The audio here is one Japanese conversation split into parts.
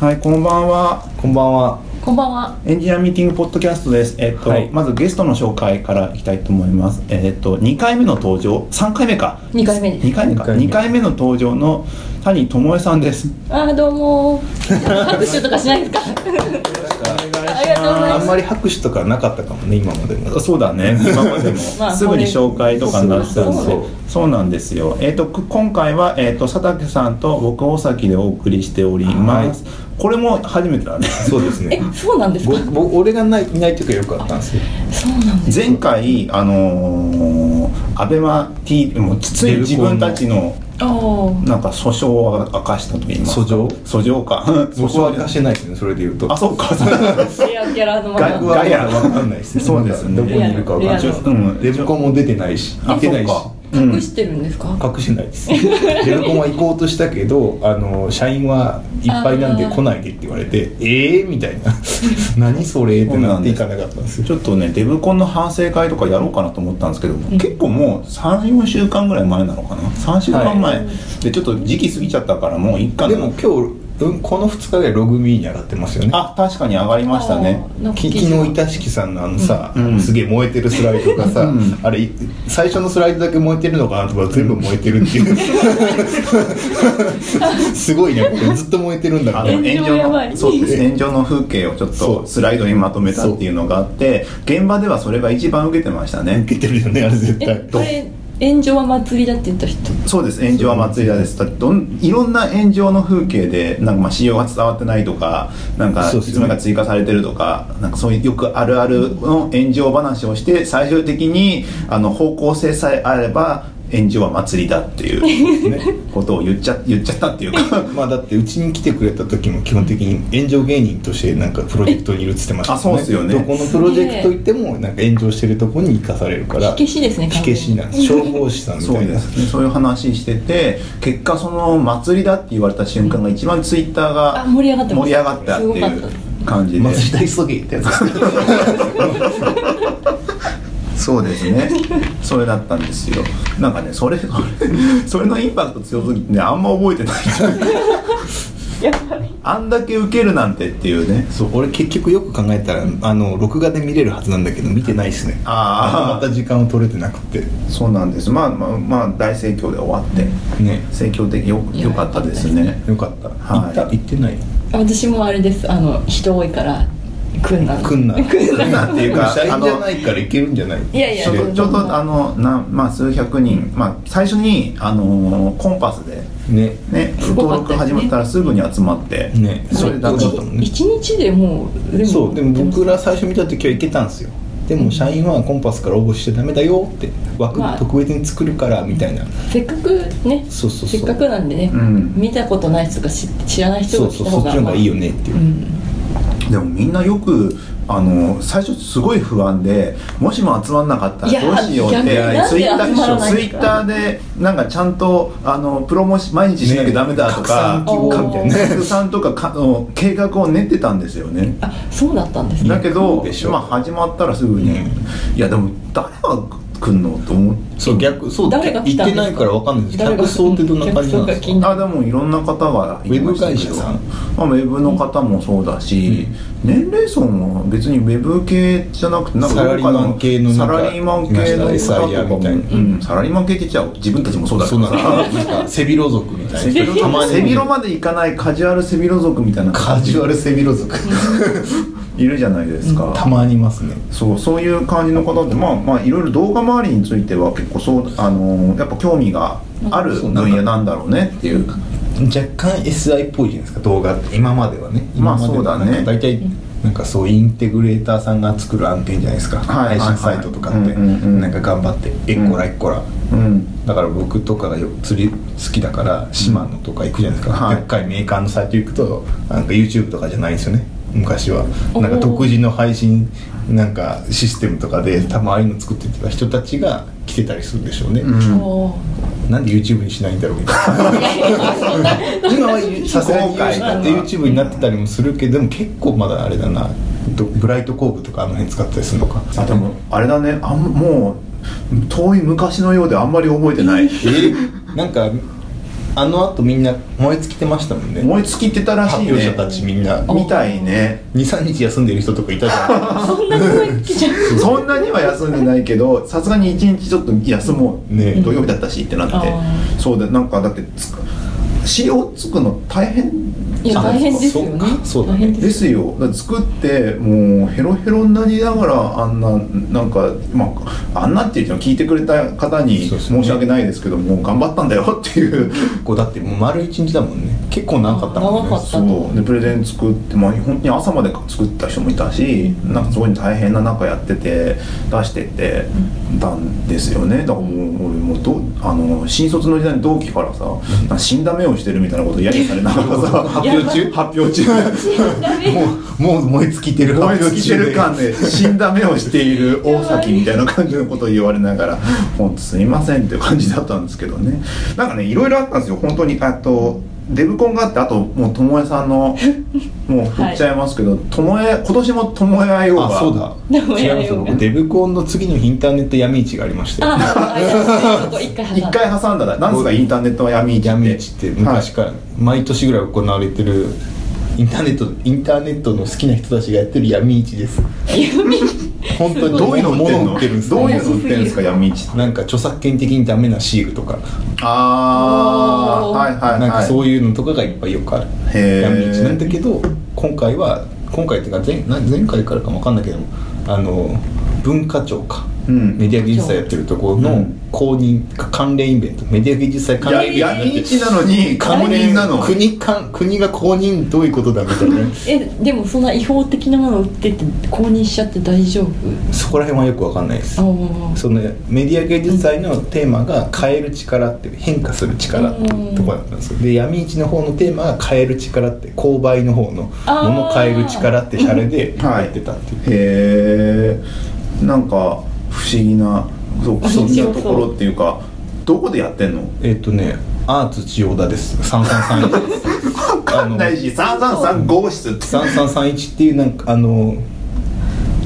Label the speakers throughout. Speaker 1: はい、こんばんは。
Speaker 2: こんばんは。
Speaker 3: こんばんは。
Speaker 1: エンジニアミーティングポッドキャストです。えっと、
Speaker 2: はい
Speaker 1: まずゲストの紹介からいきたいと思います。えっと、2回目の登場、3回目か。
Speaker 3: 二回目です
Speaker 1: 2回目か。
Speaker 2: 二回目
Speaker 1: 2回目の登場の谷智恵さんです。よ
Speaker 3: あーどうも。拍手とかしないですか。
Speaker 1: ろしくお願いします。
Speaker 3: ありがとうござい
Speaker 2: あ
Speaker 3: ま
Speaker 2: ん
Speaker 3: す
Speaker 2: まり拍手とかなかったかもね、今までも。
Speaker 1: そうだね今までも、
Speaker 3: まあ
Speaker 1: すぐに紹介とかになってたんで
Speaker 3: そう
Speaker 1: そうなんですよ、えー、とく今回は、えー、と佐竹さんと僕大崎でお送りしております、これも初めてだね
Speaker 2: そうですね。
Speaker 3: え、そうなんですか
Speaker 2: ぼ。ぼ俺がないいない時はよくあったんですよ。
Speaker 3: そうなんです。
Speaker 1: 前回あのー、アベマ t v もうつい自分たちの
Speaker 3: ああ。
Speaker 1: なんか訴訟を明かしたと言いますか
Speaker 2: 訴
Speaker 1: 訴状か訴
Speaker 2: 僕は
Speaker 1: 訟
Speaker 2: 出してないですね、それで言うと。
Speaker 1: あそうかそうか
Speaker 3: レアキャラのま
Speaker 2: 外部
Speaker 3: ま。
Speaker 2: は
Speaker 1: ガヤ
Speaker 2: まだわかんないですね。
Speaker 1: そうですね
Speaker 2: どこにいるかわかんない
Speaker 3: リア
Speaker 2: です
Speaker 3: ル。
Speaker 1: うん
Speaker 2: デブコンも出てないし、
Speaker 1: あ
Speaker 2: 行ってないし。
Speaker 1: そうか、うん
Speaker 3: 隠、してるんですか。
Speaker 2: 隠してないです。デブコンは行こうとしたけど、あの社員はいっぱいなんで来ないでって言われて、ええー、みたいな。 何それってなっていかなかったんですよ。
Speaker 1: ちょっとねデブコンの反省会とかやろうかなと思ったんですけど、結構もう34週間ぐらい前なのかな3週間前、でちょっと時期過ぎちゃったからもういっかな
Speaker 2: でも今日、うんこの2日でログミーに上がってますよね
Speaker 1: あ確かに上がりましたね
Speaker 3: あーなんか
Speaker 2: き
Speaker 3: 聞いて
Speaker 2: 昨日板敷さんのあのさ、
Speaker 1: うん
Speaker 2: すげえ燃えてるスライドがさ、
Speaker 1: うん
Speaker 2: あれ最初のスライドだけ燃えてるのかなとか全部燃えてるって いうすごいねこれずっと燃えてるんだ
Speaker 1: あ
Speaker 2: か
Speaker 1: の
Speaker 2: ら
Speaker 3: 炎上やば
Speaker 1: の
Speaker 3: い
Speaker 1: そうです炎上の風景をちょっ
Speaker 2: そ
Speaker 1: と
Speaker 2: う
Speaker 1: スライドにまとめたっていうのがあって現場ではそれが一番受けてましたね
Speaker 2: 受けてるよねあれ絶
Speaker 3: え、
Speaker 2: 対
Speaker 3: これ炎上は祭りだって言った人。
Speaker 1: そうです炎上は祭りだですだってどんいろんな炎上の風景でなんかまあ仕様が伝わってないとかなんか
Speaker 2: そう
Speaker 1: い
Speaker 2: です
Speaker 1: つ
Speaker 2: ね
Speaker 1: もが追加されてるとかなんかそういうよくあるあるの炎上話をして最終的にあの方向性さえあれば炎上は祭りだって いう
Speaker 2: ね
Speaker 1: ことを言っちゃ言っちゃったっていうか
Speaker 2: まあだってうちに来てくれた時も基本的に炎上芸人としてなんかプロジェクトにいるっつってました
Speaker 1: あそうっすよね
Speaker 2: どこのプロジェクト行ってもなんか炎上してるとこに生かされるから
Speaker 3: 火消しですね
Speaker 2: 火消しなんです消防士さんみ
Speaker 1: そ
Speaker 2: た
Speaker 1: う
Speaker 2: い
Speaker 1: で
Speaker 2: な
Speaker 1: すねそういう話してて結果その祭りだって言われた瞬間が一番ツイッターが
Speaker 3: あ盛り上がってま
Speaker 1: 盛
Speaker 3: し
Speaker 1: り上
Speaker 3: た
Speaker 1: がったってい
Speaker 3: すごかっ
Speaker 1: う感じで
Speaker 2: 松下急げってやつですね
Speaker 1: そうですねそれだったんですよなんかねそれ それのインパクト強すぎてねあんま覚えてない
Speaker 3: やばい。
Speaker 1: あんだけ受けるなんてっていうね
Speaker 2: そう俺結局よく考えたらあの録画で見れるはずなんだけど見てないっすね
Speaker 1: あー
Speaker 2: また時間を取れてなくて
Speaker 1: そうなんですまあまあ、まあ、大盛況で終わって
Speaker 2: ね
Speaker 1: 盛況的よよかったですね
Speaker 2: よかった、
Speaker 1: はい
Speaker 2: 行った行ってない
Speaker 3: 私もあれです。あの人多いから来んな。
Speaker 2: 来んな来
Speaker 1: んなっていうか
Speaker 2: 社員じゃないから行けるんじゃない
Speaker 3: いやいや
Speaker 1: ちょっとちょっとあのなん、まあ、数百人、まあ、最初に、あのーコンパスで、
Speaker 2: ね
Speaker 1: ね、
Speaker 3: すご
Speaker 1: 登
Speaker 3: かっ
Speaker 1: 録
Speaker 3: たで
Speaker 1: 始
Speaker 3: すね
Speaker 1: まったらすぐに集まって、
Speaker 2: ね
Speaker 1: それだけ
Speaker 2: そうだもんね
Speaker 3: 一日でもう全部
Speaker 2: そうでも僕ら最初見た時は行けたんですよでも社員はコンパスから応募しちゃダメだよって枠
Speaker 3: まあ
Speaker 2: 特別に作るからみたいな、
Speaker 3: せっかくね
Speaker 2: そうそうそう
Speaker 3: せっかくなんでね、
Speaker 1: うん
Speaker 3: 見たことない人とか知知らない人
Speaker 2: そ
Speaker 3: が
Speaker 2: う
Speaker 3: 来
Speaker 2: そ
Speaker 3: た
Speaker 2: う
Speaker 3: 方
Speaker 2: そ
Speaker 3: が
Speaker 2: っちの方がいいよねっていうう、
Speaker 3: ん、
Speaker 1: でもみんなよくあの最初すごい不安でもしも集まんなかった
Speaker 3: い
Speaker 1: ら
Speaker 3: や
Speaker 1: どうしようって
Speaker 3: 逆になん
Speaker 1: ツイ
Speaker 3: で
Speaker 1: ッター
Speaker 3: 集まらないん
Speaker 1: ツイ
Speaker 3: ですか
Speaker 1: ッターでなんかちゃんとあのプロモし毎日しなきゃダメだとか、
Speaker 2: ね拡
Speaker 3: 散希望みたいな
Speaker 1: 拡散とかかあの計画を練ってたんですよね
Speaker 3: あそうだったんですね
Speaker 1: だけど
Speaker 2: でしょ
Speaker 1: まあ始まったらすぐに、
Speaker 2: うん
Speaker 1: いやでも誰が来んのと思って。
Speaker 2: そう逆そう
Speaker 3: 誰が
Speaker 2: 行
Speaker 3: 来
Speaker 2: ったて
Speaker 3: んですか
Speaker 2: ないから分かんないんですけど
Speaker 3: 誰が
Speaker 2: 客層ってどんな感じなんです
Speaker 3: 客層が
Speaker 2: か
Speaker 3: 気になる
Speaker 1: あでもいろんな方がいましたけど
Speaker 2: ウェブ会社さん
Speaker 1: まあ、ウェブの方もそうだし、年齢層も別にウェブ系じゃなくてなんか
Speaker 2: サラリーマン系の
Speaker 1: サラリーマン系の
Speaker 2: なんか
Speaker 1: 方とか
Speaker 2: SIR
Speaker 1: も、
Speaker 2: みたいな
Speaker 1: うん、サラリーマン系って言っちゃう自分たちもそうだけ
Speaker 2: そう
Speaker 1: ど
Speaker 2: なん
Speaker 1: さ
Speaker 2: だなんか背広族みたい
Speaker 1: 背
Speaker 2: な
Speaker 1: 広
Speaker 2: たまに
Speaker 1: 背広までいかないカジュアルセミロ族みたいな
Speaker 2: カジュアル背広族
Speaker 1: いるじゃないです か、
Speaker 2: たまにいますね
Speaker 1: そうそういう感じの方ってまあまあいろいろ動画周りについては結構そうあのーやっぱ興味がある分野なんだろうねっていう
Speaker 2: 若干 SI っぽいじゃないですか動画って今まではね
Speaker 1: まあ
Speaker 2: 今まで
Speaker 1: そうだね
Speaker 2: なんか大体なんかそうインテグレーターさんが作る案件じゃないですか、
Speaker 1: はい
Speaker 2: 配信サイトとかって、
Speaker 1: はいはいうんうんうん
Speaker 2: なんか頑張ってエッコラエッコラ、
Speaker 1: うん
Speaker 2: だから僕とかがよ釣り好きだから島野とか行くじゃないですか、
Speaker 1: はい
Speaker 2: でっかいメーカーのサイト行くとなんか YouTube とかじゃないんですよね昔は
Speaker 3: おー
Speaker 2: なんか独自の配信なんかシステムとかでたまああいうの作ってた人たちが来てたりするんでしょうね、
Speaker 1: うん
Speaker 3: おー
Speaker 2: なんで YouTube にしないんだろうみたい な今はさすが
Speaker 1: 非
Speaker 2: に
Speaker 1: 公開だな
Speaker 2: YouTube になってたりもするけどでも結構まだあれだなどブライトコーブとかあの辺使ったりするのか
Speaker 1: あでもあれだねあんもう遠い昔のようであんまり覚えてない
Speaker 2: えなんかあのあとみんな燃え尽きてましたもんね
Speaker 1: 燃え尽きてたらし
Speaker 2: 発
Speaker 1: い
Speaker 2: 表
Speaker 1: ね
Speaker 2: 者たちみんな
Speaker 1: みたいね
Speaker 2: 23日休んでる人とかいたじゃ
Speaker 3: そんな声来 ちゃう
Speaker 1: そんなには休んでないけどさすがに1日ちょっと休もう、
Speaker 2: ね
Speaker 1: 土曜日だったしってなって、
Speaker 3: あー
Speaker 1: そうだなんかだってつく資料作るの大変
Speaker 3: いや
Speaker 1: ない
Speaker 3: 大変ですよ
Speaker 2: そ
Speaker 3: ね
Speaker 2: っかそうだね
Speaker 3: 大変
Speaker 1: で
Speaker 3: です
Speaker 1: すよだから作ってもうヘロヘロになりながらあんななんか、まあ、あんなっていうのを聞いてくれた方に
Speaker 2: そうですね
Speaker 1: 申し訳ないですけどもう頑張ったんだよっていう。
Speaker 2: んこうだってもう丸1日だもんね結構長かったもんね
Speaker 3: 長かった
Speaker 1: そうでプレゼン作って、まあ、本当に朝まで作った人もいたしなんかすごい大変な中やってて出してってたんですよねだからもう俺もうどあの新卒の時代の同期からさなんか死んだ目をしてるみたいなこと揶揄されながらさ
Speaker 2: 発表中
Speaker 1: 発表中
Speaker 2: もうもう燃え尽きてる
Speaker 1: 燃え尽きてる
Speaker 2: 発
Speaker 1: 感で 死んだ目をしている大崎みたいな感じのことを言われながら「本当すいません」っていう感じだったんですけどねなんかねいろいろあったんですよ本当にあとデブコンがあってあともう巴さんのもう振っちゃいますけど巴、今年も巴あよう
Speaker 2: 表中
Speaker 1: が
Speaker 2: であそうだ
Speaker 3: でも
Speaker 2: 違
Speaker 3: や
Speaker 2: いま
Speaker 3: め
Speaker 2: す
Speaker 3: よう
Speaker 2: 僕デブコンの次のインターネット闇市がありまして
Speaker 3: ああそこ一回挟ん
Speaker 1: 一
Speaker 3: だ
Speaker 1: 回挟んだらなんですかインターネットは闇市って
Speaker 2: 闇市って昔から毎年ぐらい行われてるインターネットインターネットの好きな人たちがやってる闇市です本当に
Speaker 1: どういうの売ってん
Speaker 2: 物
Speaker 1: の
Speaker 2: 売ってるんです
Speaker 1: どういう
Speaker 2: ね
Speaker 1: の売ってるんですか闇市って
Speaker 2: なんか著作権的にダメなシールとか
Speaker 1: ああ
Speaker 3: おー
Speaker 1: はいはいはい
Speaker 2: なんかそういうのとかがいっぱいよくある
Speaker 1: へー
Speaker 2: 闇市なんだけど今回は今回っていうか前な前回からかもわかんないけどもあの文化庁
Speaker 1: う
Speaker 2: か、
Speaker 1: ん
Speaker 2: メディア技術祭やってるところ
Speaker 1: う
Speaker 2: の
Speaker 1: ん
Speaker 2: 公認関連イベントメディア技術祭関連イベント
Speaker 1: や闇市なのに関連なの
Speaker 2: 国か国が公認どういうことだみた いな
Speaker 3: えでもそんな違法的なもの売ってて公認しちゃって大丈夫
Speaker 2: そこら辺はよくわかんないです
Speaker 3: ああ
Speaker 2: そのメディア芸術祭のテーマが「変える力」っていう変化する力っていうところだったんですよで闇市の方のテーマが「変える力」って購買の方の「
Speaker 3: あー
Speaker 2: 物変える力」ってシャレでやってたっていう、
Speaker 1: へえんか不思議なそう
Speaker 3: あ
Speaker 1: そんな
Speaker 3: そう
Speaker 1: ところっていうかどこでやってんの
Speaker 2: えっ、とねアーツ千代田です3331です
Speaker 1: 分かんないし333号室って
Speaker 2: 3331っていうなんかあの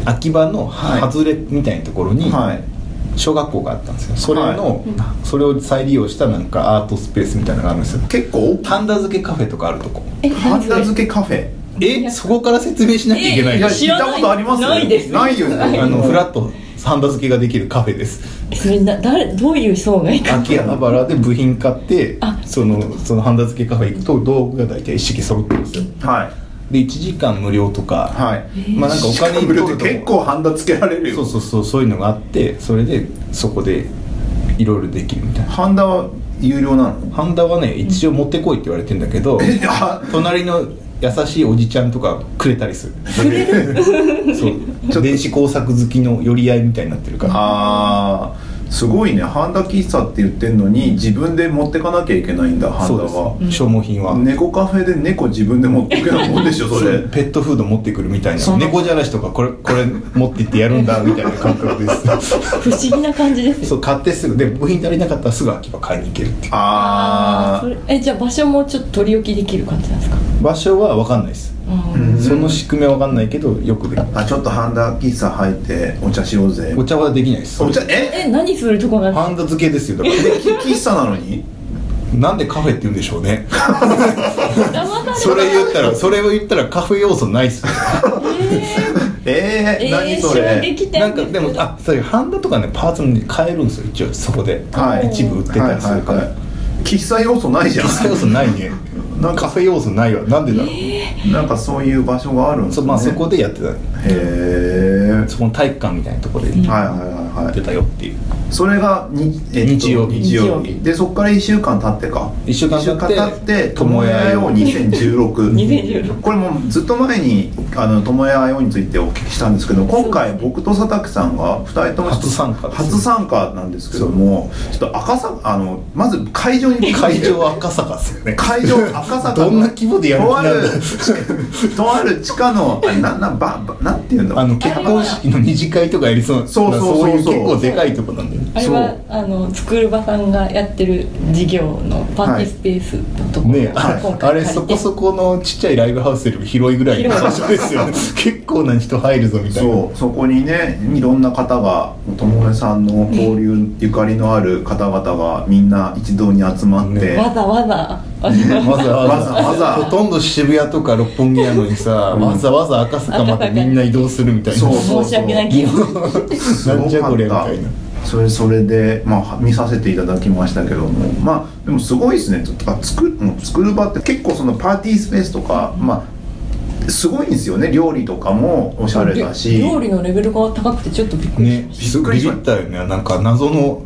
Speaker 2: 秋葉の
Speaker 1: はい
Speaker 2: 外れみたいなところに、
Speaker 1: はい
Speaker 2: 小学校があったんですよそれの、
Speaker 1: は
Speaker 2: それを再利用したなんかアートスペースみたいなのがあるんですよ
Speaker 1: 結構
Speaker 2: ハンダ付けカフェとかあるとこ
Speaker 3: え
Speaker 1: ハ
Speaker 3: 何
Speaker 1: ン
Speaker 3: そ
Speaker 1: ダ
Speaker 3: れ
Speaker 1: 漬けカフェ
Speaker 2: えそこから説明しなきゃいけない
Speaker 3: え
Speaker 1: い
Speaker 2: んで
Speaker 1: や
Speaker 2: す
Speaker 1: 聞
Speaker 3: 知
Speaker 1: い
Speaker 3: らない
Speaker 1: たことあります
Speaker 3: ないです
Speaker 1: ないよね
Speaker 2: あのフラットハンダ付けができるカフェです
Speaker 3: それな誰どういう層が いいか
Speaker 2: 秋葉原で部品買って
Speaker 3: あ
Speaker 2: そのそのハンダ付けカフェ行くと道具が大体一式揃ってるんですよ
Speaker 1: はい
Speaker 2: で1時間無料とか、
Speaker 1: はい
Speaker 2: まあなんかお金
Speaker 1: し
Speaker 2: に
Speaker 1: か
Speaker 2: 取
Speaker 1: も
Speaker 2: る
Speaker 1: 無料
Speaker 2: と
Speaker 1: って結構ハンダ付けられる
Speaker 2: そう
Speaker 1: よ
Speaker 2: そうそうそういうのがあってそれでそこでいろいろできるみたいな
Speaker 1: ハンダは有料なの
Speaker 2: ハンダはね一応持ってこいって言われてんだけど
Speaker 1: えあ
Speaker 2: 隣の優しいおじちゃんとかくれたりするそう電子工作好きの寄り合いみたいになってるから
Speaker 1: あーすごいねハンダ喫茶って言ってんのに自分で持ってかなきゃいけないんだハン
Speaker 2: そう
Speaker 1: ダ
Speaker 2: です
Speaker 1: は
Speaker 2: 消耗品は、
Speaker 1: 猫カフェで猫自分で持ってくようなもんでしょそれ
Speaker 2: ペットフード持ってくるみたい
Speaker 3: そ
Speaker 2: なん
Speaker 3: な
Speaker 2: 猫じゃらしとかこれこれ持って行ってやるんだみたいな感 覚です
Speaker 3: 不思議な感じです
Speaker 2: そう買ってすぐで部品足りなかったらすぐ秋葉買いに行けるっていう
Speaker 1: あ
Speaker 3: そ
Speaker 1: ー
Speaker 3: れえじゃあ場所もちょっと取り置きできる感じなんですか
Speaker 2: 場所は分かんないです、
Speaker 3: あ
Speaker 1: うん
Speaker 2: その仕組みは分かんないけどよくできる
Speaker 1: あちょっとハンダ喫茶入ってお茶しようぜ
Speaker 2: お茶はできないです
Speaker 1: お茶
Speaker 3: ー
Speaker 1: え
Speaker 3: え何するとこなんです
Speaker 2: ハ
Speaker 3: か
Speaker 2: ンダ付けですよだか
Speaker 1: 喫茶なのに
Speaker 2: らなんでカフェって言うんでしょう ね
Speaker 3: 騙された
Speaker 2: それ言ったらそれを言ったらカフェ要素ないっすよ
Speaker 1: えー、
Speaker 3: えー
Speaker 1: 何そ
Speaker 3: 衝
Speaker 1: れ
Speaker 3: 撃
Speaker 2: なん
Speaker 3: 点
Speaker 2: かでもあそういうハンダとかねパーツに変えるんですよ一応そこで、
Speaker 1: はい
Speaker 2: 一部売って
Speaker 1: は
Speaker 2: た
Speaker 1: い
Speaker 2: りす
Speaker 1: はい
Speaker 2: るから、
Speaker 1: はい喫茶要素ないじゃ
Speaker 2: カフェ要素ないね
Speaker 1: なんか
Speaker 2: カフェ要素ないわなんでだろう、
Speaker 1: んなんかそういう場所があるんです
Speaker 2: そ
Speaker 1: ね
Speaker 2: まあ、そこでやってたね
Speaker 1: へえはい
Speaker 2: そこの体育館みたいなところでや
Speaker 1: はいはいは
Speaker 2: って
Speaker 1: い
Speaker 2: たよっていう
Speaker 1: それがに、えっと
Speaker 2: 日曜日
Speaker 1: 日曜
Speaker 3: 日曜
Speaker 1: 日でそこから1週間経ってか
Speaker 2: 一週間経って
Speaker 1: 一って「とも
Speaker 2: 巴
Speaker 1: やよう2016」
Speaker 3: 2016
Speaker 1: これもうずっと前に「あのともやよう」についてお聞きしたんですけど今回僕と佐竹さんが2人とも
Speaker 2: 初参加です
Speaker 1: 初参加なんですけどもちょっと赤坂あのまず会場に
Speaker 2: 会場は赤坂っすよね
Speaker 1: 会場赤坂の
Speaker 2: どんな規模でやる気
Speaker 1: とあ
Speaker 2: なん
Speaker 1: ると
Speaker 2: だ
Speaker 1: ある地下のあれなんなんばばなんていうの
Speaker 2: あの結婚式の二次会とかやりそうな
Speaker 1: そうそうそうそう
Speaker 2: い結構でかいとこなんだよね
Speaker 3: あれはあのつくるばさんがやってる事業のパーティースペースのところ、
Speaker 2: ねああれそこそ
Speaker 3: こ
Speaker 2: このちっちゃいライブハウスよりも広いぐらいの場
Speaker 3: 広い
Speaker 2: 所で すよね結構な人入るぞみたいな
Speaker 1: そうそこにねいろんな方が友枝さんの交流ゆかりのある方々がみんな一堂に集まって、
Speaker 2: ね
Speaker 3: わざわざあの
Speaker 2: わざわざ
Speaker 1: わざわざ
Speaker 2: ほとんど渋谷とか六本木やのにさ、
Speaker 1: うん
Speaker 2: わざわざ赤坂までみんな移動するみたいな
Speaker 1: そう
Speaker 3: 申し訳ない気分
Speaker 1: す
Speaker 2: な
Speaker 1: ご
Speaker 2: んじゃ
Speaker 1: か
Speaker 2: こ
Speaker 1: っ
Speaker 2: れみ
Speaker 1: た
Speaker 2: たいな
Speaker 1: それそれで、まあ、見させていただきましたけどもまあでもすごいですねあ作るもう作る場って結構そのパーティースペースとかまあすごいんですよね料理とかもおしゃれだし
Speaker 3: 料理のレベルが高くてちょっとびっくりし
Speaker 2: ね
Speaker 3: まし
Speaker 1: びっくりし
Speaker 2: ビ
Speaker 1: ま
Speaker 2: ビ
Speaker 1: し
Speaker 2: ったよねなんか謎の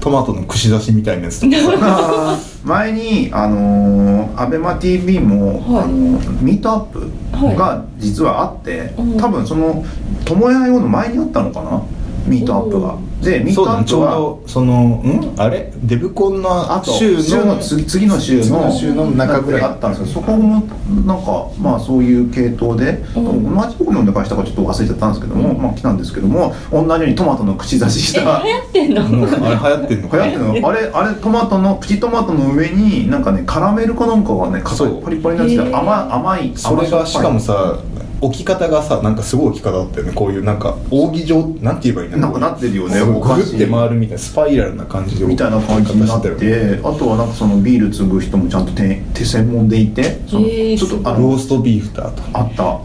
Speaker 2: トマトの串刺しみたいなやつとか
Speaker 1: あー 前にあのー、アベマ t v も、
Speaker 3: はい
Speaker 1: あのーミートアップが実はあって、
Speaker 3: うん
Speaker 1: 多分その友也用の前にあったのかなミートアップが
Speaker 3: お。
Speaker 1: でミー
Speaker 2: そう
Speaker 1: ト
Speaker 2: だ
Speaker 1: ア
Speaker 2: ね
Speaker 1: ッ
Speaker 2: ち
Speaker 1: プ
Speaker 2: ょう
Speaker 1: は
Speaker 2: どそのんあれデブコン
Speaker 1: あ
Speaker 2: の
Speaker 1: と
Speaker 2: 週の
Speaker 1: 週の次次の週の
Speaker 2: 次の週の中ぐらい
Speaker 1: あったんですよそこもなんかまあそういう系統で、
Speaker 3: うん
Speaker 1: 同じとこ飲んで会したかちょっと忘れちゃったんですけども、まあ来たんですけども同じようにトマトの口刺しした
Speaker 3: 流行ってんの、
Speaker 2: うんあれ流行ってんの
Speaker 1: 流行ってるのあれあれトマトのプチトマトの上になんかねカラメルかなんかがねかか
Speaker 2: そう
Speaker 1: パリパリになって
Speaker 3: へ
Speaker 1: て
Speaker 3: ー
Speaker 1: 甘甘い
Speaker 2: それがしかもさ置き方がさなんかすごい置き方だったよねこういうなんか扇状なんて言えばいいんだ
Speaker 1: なんかなってるよね
Speaker 2: こう
Speaker 1: お菓
Speaker 2: ぐ
Speaker 1: 子
Speaker 2: るって回るみたいなスパイラルな感じで
Speaker 1: みたいな感じになって
Speaker 2: 置き方してよね
Speaker 1: あとはなんかそのビール継ぐ人もちゃんと手手専門でいてその
Speaker 3: へー
Speaker 1: ちょっとあ
Speaker 2: ロー
Speaker 1: の
Speaker 2: ストビーフだと
Speaker 1: あった
Speaker 2: ロ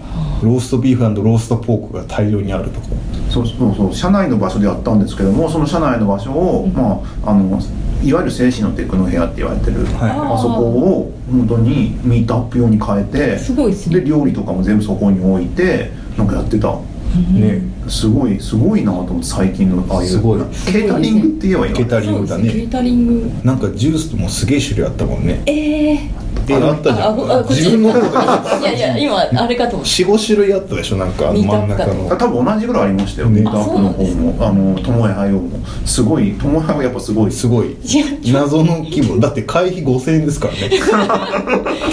Speaker 2: ーストビーフローストポークが大量にあるとこ
Speaker 1: そうそうそう社内の場所でやったんですけどもその社内の場所を、まああのいわゆる精神のテクノ部屋って言われてる、
Speaker 2: はい
Speaker 3: あー
Speaker 1: あそこを本当にミートアップ用に変えて
Speaker 3: すごいです
Speaker 1: で
Speaker 3: ね
Speaker 1: 料理とかも全部そこに置いてなんかやってた
Speaker 3: うん
Speaker 2: ね
Speaker 1: すごいすごいなと思って最近のああいう
Speaker 2: すごい
Speaker 1: ケータリングって言えばいいの
Speaker 2: ケータリングだ
Speaker 3: そうですケ
Speaker 2: ね
Speaker 3: ータリング
Speaker 2: なんかジュースもすげえ種類あったもんね
Speaker 3: ええ
Speaker 2: え
Speaker 1: あ
Speaker 2: あったじゃ
Speaker 3: あごあ
Speaker 2: ん
Speaker 3: こっち
Speaker 2: 自分のことか
Speaker 3: いやいや今あれかと思って
Speaker 2: 45種類あったでしょなんかあの真ん中の
Speaker 1: あ多分同じぐらいありましたよ
Speaker 2: ね
Speaker 1: ミートアップの方
Speaker 3: あそう
Speaker 1: もあの友也用もすごい友也はやっぱすごいです
Speaker 2: すごい
Speaker 3: いや
Speaker 2: 謎の規模だって会費5000円ですからね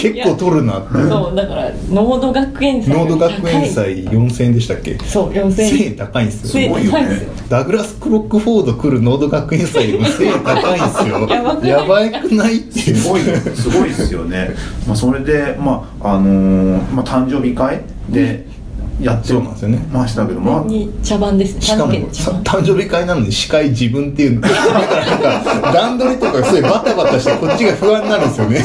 Speaker 2: 結構取るなって
Speaker 3: そうだから濃度学園祭
Speaker 2: ノード学園祭4000円でしたっけ
Speaker 3: 高いそう4000
Speaker 2: 1000
Speaker 3: 円
Speaker 2: 円高いんです
Speaker 1: ごい
Speaker 2: よ
Speaker 1: よね
Speaker 3: 高いですよ
Speaker 2: ダグラス・クロックフォード来るノード学園祭よりも1000円高いんですよ
Speaker 3: やばくない
Speaker 2: やばくないっていう
Speaker 1: すごいすごいですよね、まあ、それでまああのーまあ、誕生日会でやって
Speaker 2: そうなんですよね
Speaker 1: ましたけどまあ
Speaker 3: に茶番ですね
Speaker 2: しかも
Speaker 3: 三軒茶
Speaker 2: さ
Speaker 3: 番
Speaker 2: 誕生日会なのに司会自分っていう だからなんか段取りとかそういうバタバタしてこっちが不安になるんですよね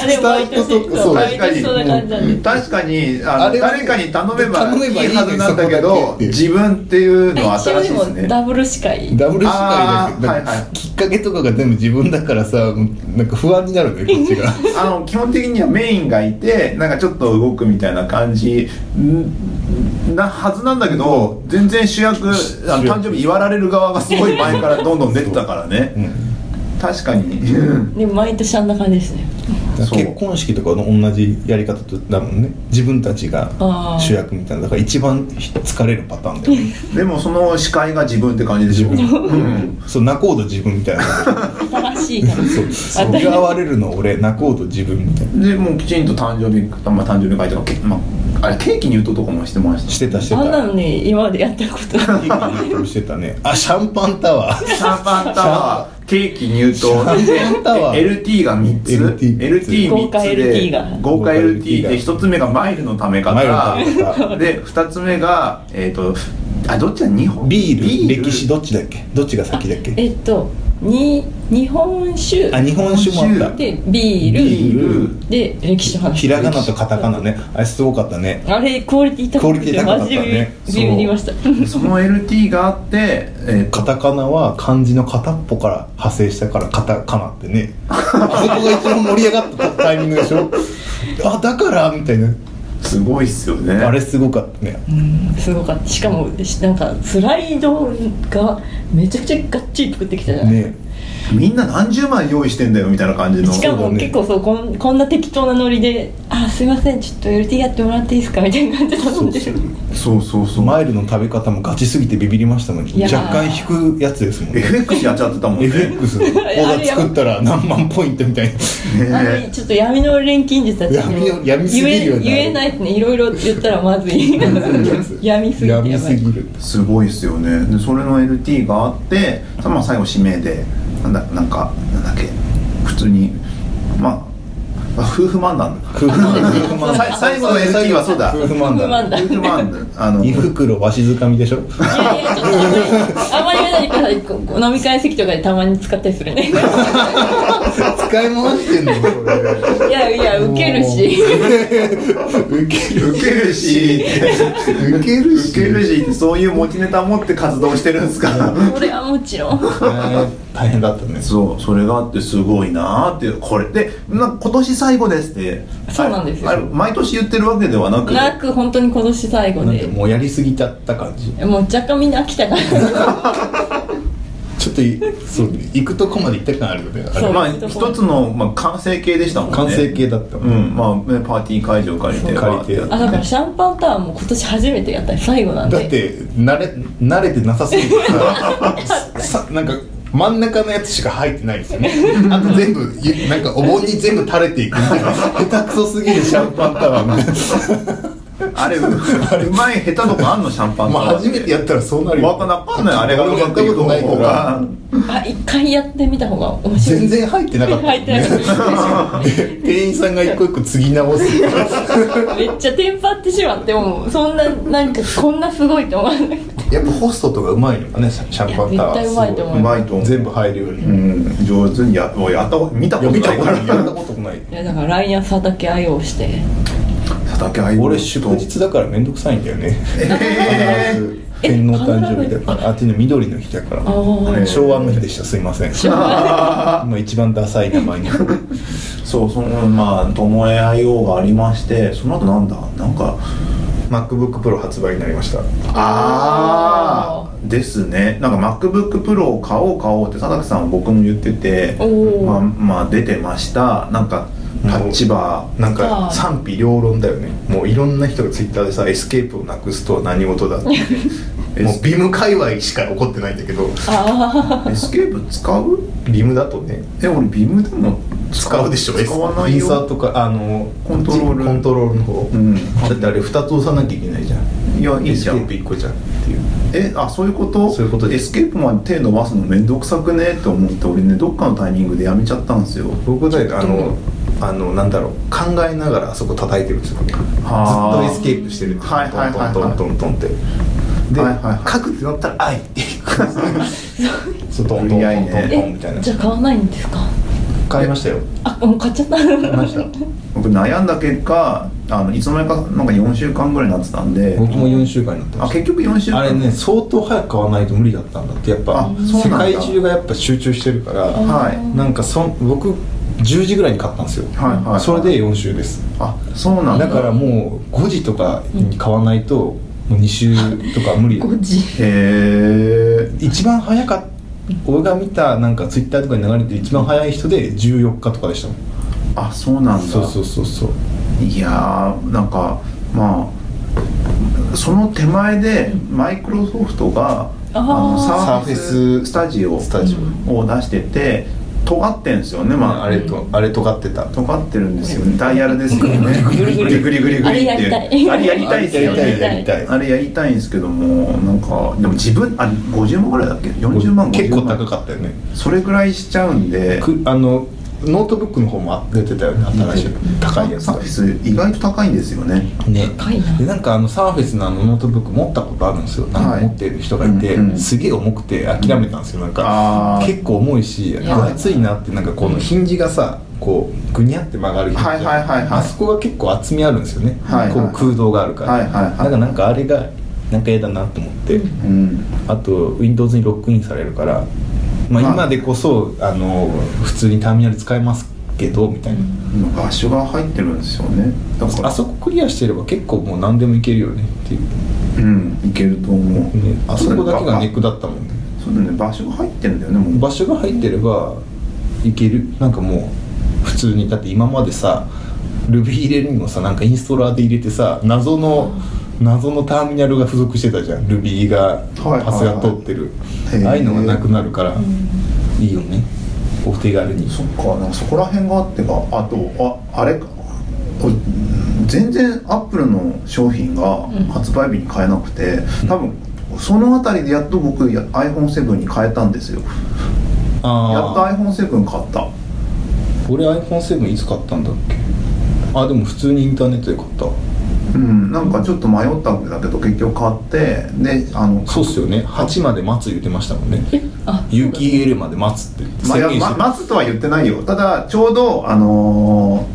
Speaker 3: あれ
Speaker 2: スタ
Speaker 3: 毎
Speaker 2: ー
Speaker 3: 年
Speaker 2: トと
Speaker 3: そう
Speaker 2: そう
Speaker 3: 毎年そんな感じなんです
Speaker 1: 確かにあの
Speaker 2: あれはね
Speaker 1: 誰かに頼めば
Speaker 2: 頼めばいい
Speaker 1: いいはずなんだけ
Speaker 2: そこだけ
Speaker 1: ど
Speaker 2: っていう
Speaker 1: 自分っていうのは
Speaker 3: 一
Speaker 1: 新し
Speaker 3: 応で
Speaker 1: いです
Speaker 3: も
Speaker 1: ね
Speaker 3: ダブル司会
Speaker 2: ダブル司会だけど、
Speaker 1: あーはいはい
Speaker 2: きっかけとかが全部自分だからさなんか不安にな るんだよこっちが
Speaker 1: あの基本的にはメインがいてなんかちょっと動くみたいな感じんなはずなんだけど全然主役あの誕生日言わられる側がすごい前からどんどん出てたからね確かに
Speaker 3: でも毎年あんな感じですね
Speaker 1: そう
Speaker 2: 結婚式とかの同じやり方とだもんね自分たちが
Speaker 3: あー
Speaker 2: 主役みたいなだから一番疲れるパターンだよね
Speaker 1: でもその司会が自分って感じでしょ、
Speaker 2: 自
Speaker 1: うん、
Speaker 2: そう仲人自分みたいな
Speaker 3: 新しいから
Speaker 2: そう
Speaker 3: 私
Speaker 2: 嫌われるの俺仲人自分みたいな
Speaker 1: でもうきちんと誕生日、まあ、誕生日会とかけ、まあ、あれケーキにととかもしてました
Speaker 2: してたしてた
Speaker 3: あんなのね今までやったことない
Speaker 2: ケーキ入刀してたねあシャンパンタワー
Speaker 1: シャンパンタワーケーキ入刀
Speaker 2: シャンパンタワー
Speaker 1: で LT が3つ
Speaker 2: LT
Speaker 1: LT
Speaker 3: 豪華 LT
Speaker 1: 3
Speaker 3: が
Speaker 1: つで豪華 LT で1つ目がマイルのため方
Speaker 2: マイルのため方
Speaker 1: で2つ目がえっ、とあどっちだ日本
Speaker 2: ビール歴史どっちだっけどっちが先だっけ
Speaker 3: えっとに日本酒
Speaker 2: あ日本酒もあった
Speaker 3: でビ
Speaker 1: ビ
Speaker 3: ー
Speaker 2: ビ
Speaker 1: ー
Speaker 2: ー
Speaker 1: ル
Speaker 2: ル
Speaker 3: ルで歴史の話
Speaker 2: ひらがなとカタカナねあれすごかったね
Speaker 3: あれクオリティ高くて
Speaker 2: クオ
Speaker 3: マ
Speaker 2: リ
Speaker 3: ジ
Speaker 2: ティ高かったね
Speaker 3: でビビりました
Speaker 1: その LT があって、えーと
Speaker 2: カタカナは漢字の片っぽから派生したからカタカナってねあそこが一番盛り上がったタイミングでしょあだからみたいな
Speaker 1: すごいっすよね
Speaker 2: あれすごかったね
Speaker 3: うんすごかったしかもしなんかスライドがめちゃくちゃがっちり作ってきたじゃない、
Speaker 2: ね
Speaker 1: みんな何十枚用意してんだよみたいな感じの
Speaker 3: しか
Speaker 2: そ
Speaker 3: も
Speaker 2: うだね
Speaker 3: 結構そうこんこんな適当なノリで「あすいませんちょっと LT やってもらっていいですか」みたいな感じで頼んでる
Speaker 1: そうそうそう
Speaker 2: マイルの食べ方もガチすぎてビビりましたもん
Speaker 3: いや
Speaker 2: 若干
Speaker 3: ー
Speaker 2: 引くやつですもんね
Speaker 1: FX やっちゃってたもんね
Speaker 2: FX の口座作ったら何万ポイントみたいな
Speaker 3: あ
Speaker 1: ね
Speaker 3: れちょっと闇の錬金術だったけど
Speaker 2: 闇の闇すぎるよな
Speaker 3: 言え言えないですねいろいろ言ったらま ずい闇すぎてやばい
Speaker 2: 闇すぎる
Speaker 1: すごいですよねでそれの LT があってそのまあ最後指名でなんだなんかなんだっけ普通にまあ夫婦漫談だ
Speaker 2: 夫婦漫
Speaker 1: まあさい最後の NG はそうだ
Speaker 2: 夫婦漫談
Speaker 1: 夫婦漫 談あの
Speaker 2: 胃袋わしづかみでしょ
Speaker 3: いやいやちょっとあんまりあんまり言わないからこう飲み会席とかでたまに使ったりす るね
Speaker 2: 使い回してんのこれ
Speaker 3: いやいやウケるし
Speaker 2: ウケる
Speaker 1: ウケるし
Speaker 2: ウケるし
Speaker 1: ウケるしってそういう持ちネタ持って活動してるんですか
Speaker 3: これはもちろん
Speaker 2: 大変だったね
Speaker 1: そうそれがあってすごいなーっていうこれでなんか今年最後ですって
Speaker 3: そうなんですよ
Speaker 1: あれあれ毎年言ってるわけではなく
Speaker 3: なく本当に今年最後
Speaker 2: なんか
Speaker 3: で
Speaker 2: もうやりすぎちゃった感じ
Speaker 3: もう若干みんな飽きたから
Speaker 2: ちょっといそう行くとこまで行った感あるよねあれ
Speaker 3: そう
Speaker 1: まあ一つの、まあ、完成形でしたもんね
Speaker 2: 完成形だったも
Speaker 1: うん
Speaker 2: ね
Speaker 1: んまあねパーティー会場借りて
Speaker 2: 借りて
Speaker 1: わーって
Speaker 3: あだからシャンパンタワーも今年初めてやったり最後なんで
Speaker 2: だって慣れ慣れてなさすぎてさ さなんか真ん中のやつしか入ってないですよねあと全部ゆなんかお盆に全部垂れていくみたいな下手くそすぎるシャンパンタワー みたい
Speaker 1: あれううまい下手とかあんのシャンパ
Speaker 2: な
Speaker 1: ン
Speaker 2: ま
Speaker 1: と
Speaker 2: あ
Speaker 1: か
Speaker 2: 初めてやったらそうなるよ
Speaker 1: わかんなかんないあれがうまくいく方法が
Speaker 3: あ一回やってみた方が面白い
Speaker 2: 全然入ってなかったもん
Speaker 3: 入ってなか
Speaker 2: で店員さんが一個一個継ぎ直す
Speaker 3: めっちゃテンパってしまってもうそんななんかこんなすごいと思わなくて
Speaker 2: やっぱホストとかうまいのかねシャシャンパンタワー
Speaker 3: いや絶対うまいと
Speaker 1: う
Speaker 3: 思
Speaker 1: まいと思う
Speaker 2: 全部入るように、
Speaker 1: う
Speaker 2: い
Speaker 1: ん上手にやもうやったこと見たこ
Speaker 2: や
Speaker 1: と
Speaker 2: 見た
Speaker 1: な
Speaker 2: こ
Speaker 1: い
Speaker 2: と
Speaker 1: か
Speaker 2: ないやった
Speaker 1: ら
Speaker 2: ことない
Speaker 3: いやだから LINE は佐竹愛をして
Speaker 1: 佐竹愛
Speaker 2: 俺祝日だから面倒くさいんだ よね
Speaker 1: えー
Speaker 2: 必ず天皇誕生日だからあっていうの緑の日だから
Speaker 3: あー
Speaker 1: ね
Speaker 2: 昭和の日でしたすいません今一番ダサい名前に
Speaker 1: そうそのまあ巴 IO がありましてその後なんだなんか
Speaker 2: MacBookPro 発売になりました
Speaker 1: ああですねなんか MacBookPro を買おう買おうって佐竹さんは僕も言ってて
Speaker 3: おー
Speaker 1: まあ、まあ出てましたなんかタッチバー
Speaker 2: なん
Speaker 3: あ
Speaker 2: か
Speaker 3: ー
Speaker 2: 賛否両論だよねもういろんな人がツイッターでさエスケープをなくすとは何事だっ てもうビム界隈しか怒ってないんだけど
Speaker 3: あ
Speaker 1: エスケープ使う
Speaker 2: ビムだとね
Speaker 1: え俺ビームでも
Speaker 2: 使うでしょ
Speaker 1: 使わな
Speaker 2: イ
Speaker 1: い
Speaker 2: ンサー
Speaker 1: よ
Speaker 2: トかあの
Speaker 1: コントロール
Speaker 2: コントロールの方、
Speaker 1: うん
Speaker 2: だってあれ2つ押さなきゃいけないじゃん
Speaker 1: いやいい
Speaker 2: エス
Speaker 1: じ
Speaker 2: ケ
Speaker 1: ゃ
Speaker 2: ー
Speaker 1: ん
Speaker 2: プ1個じゃんっていう
Speaker 1: えあそういうこと
Speaker 2: そういうことで
Speaker 1: エ
Speaker 2: す
Speaker 1: スケープまで手伸ばすの面倒くさくねって思って俺ねどっかのタイミングでやめちゃったんですよ
Speaker 2: 僕だよあのあのなんだろう考えながらあそこ叩いてるんですよずっと
Speaker 1: はあ
Speaker 2: エスケープしてるって
Speaker 1: はいはいはいはい
Speaker 2: トントントントンってで、
Speaker 1: はいはいはい
Speaker 2: 書くってなったら「あい」 っていくんですよそうトントントン
Speaker 1: 早いね
Speaker 2: トン
Speaker 3: ー
Speaker 2: トンみたい
Speaker 3: え
Speaker 2: な
Speaker 3: じゃあ買わないんですか
Speaker 2: 買いましたよ
Speaker 3: あもう買っちゃった
Speaker 2: 買いました
Speaker 1: 僕悩んだ結果あのいつの間にかなんか4週間ぐらいになってたんで
Speaker 2: 僕も4週間になってま
Speaker 1: あ
Speaker 2: した
Speaker 1: 結局4週間
Speaker 2: あれね相当早く買わないと無理だったんだってやっぱ
Speaker 1: あそうな
Speaker 2: 世
Speaker 1: んだ
Speaker 2: 界中がやっぱ集中してるから
Speaker 1: はい
Speaker 2: なんかそん僕10時ぐらいに買ったんですよ、
Speaker 1: はいはい
Speaker 2: それで4週です
Speaker 1: あそうなんだ
Speaker 2: だからもう5時とかに買わないともう2週とか無理
Speaker 3: 5時
Speaker 1: へえ
Speaker 2: 一番早かった俺が見たなんかツイッターとかに流れてる一番早い人で14日とかでしたもん
Speaker 1: あそうなんだ
Speaker 2: そうそうそうそう
Speaker 1: いやーなんかまあその手前でマイクロソフトが
Speaker 3: あー
Speaker 1: のサーフェス
Speaker 2: Surface
Speaker 1: スタジオ
Speaker 2: スタジオ
Speaker 1: を出してて尖ってんですよねまあ
Speaker 2: あれとあれ尖ってた
Speaker 1: 尖ってるんですよねダイヤルですよねグリグリグリグリグリっていう
Speaker 3: あれやり
Speaker 1: あれやりた
Speaker 3: たい
Speaker 1: いですよ
Speaker 2: や
Speaker 1: ね
Speaker 2: りたいやりたい
Speaker 1: あれやりたいんですけどもなんかでも自分あ50万ぐらいだっけ40万50万
Speaker 2: 結構高かったよね
Speaker 1: それぐらいしちゃうんで
Speaker 2: くあのノートブックの方も出てたよね新しい高いやつ
Speaker 1: サーフェス意外と高いんですよね
Speaker 2: ね
Speaker 3: 高いな
Speaker 2: でなんかあのサーフェスのあのノートブック持ったことあるんですよなん
Speaker 1: は
Speaker 2: か
Speaker 1: い
Speaker 2: 持ってる人がいて、
Speaker 1: うんうん
Speaker 2: すげえ重くて諦めたんですよなん
Speaker 1: あ
Speaker 2: か
Speaker 1: ー
Speaker 2: 結構重いし
Speaker 3: や
Speaker 2: 熱いなってなんかこのヒンジがさこうぐにゃって曲がるヒンジ
Speaker 1: はいはいはいはい
Speaker 2: あそこが結構厚みあるんですよね、
Speaker 1: はいはい
Speaker 2: こう空洞があるから、
Speaker 1: はいはいはい
Speaker 2: なんかなんかあれがなんか嫌だなと思って、
Speaker 1: うん
Speaker 2: あと Windows にロックインされるから、まあ、
Speaker 1: まあ
Speaker 2: 今でこそあの普通にターミナル使えますけどみたいな、
Speaker 1: 今場所が入ってるんですよねだから
Speaker 2: あそこクリアしてれば結構もう何でもいけるよねっていう
Speaker 1: うんいけると思う、
Speaker 2: ね、あそこだけがネック
Speaker 1: だ
Speaker 2: だったもんね
Speaker 1: そうだね場所が入ってるんだよねもう
Speaker 2: 場所が入ってればいけるなんかもう普通にだって今までさ Ruby 入れるにもさなんかインストラーで入れてさ謎の謎のターミナルが付属してたじゃん Ruby が
Speaker 1: はいはい
Speaker 2: パスが通ってる、
Speaker 1: へえ
Speaker 2: ああいうのがなくなるからいいよねお手軽に
Speaker 1: そっかなんかそこら辺があってかあとああれかこれ全然アップルの商品が発売日に買えなくて多分そのあたりでやっと僕や iPhone7 に変えたんですよやっと
Speaker 2: あ
Speaker 1: iPhone7 買った
Speaker 2: ー俺 iPhone7 いつ買ったんだっけあでも普通にインターネットで買った
Speaker 1: うんなんかちょっと迷ったんだけど結局買ってであの
Speaker 2: そうっすよね8まで待つ言ってましたもんね
Speaker 3: あ
Speaker 2: 雪入れるまで待つって
Speaker 1: まあい
Speaker 2: 宣
Speaker 1: や
Speaker 2: 言して
Speaker 1: ま
Speaker 2: た
Speaker 1: 待つとは言ってないよただちょうどあの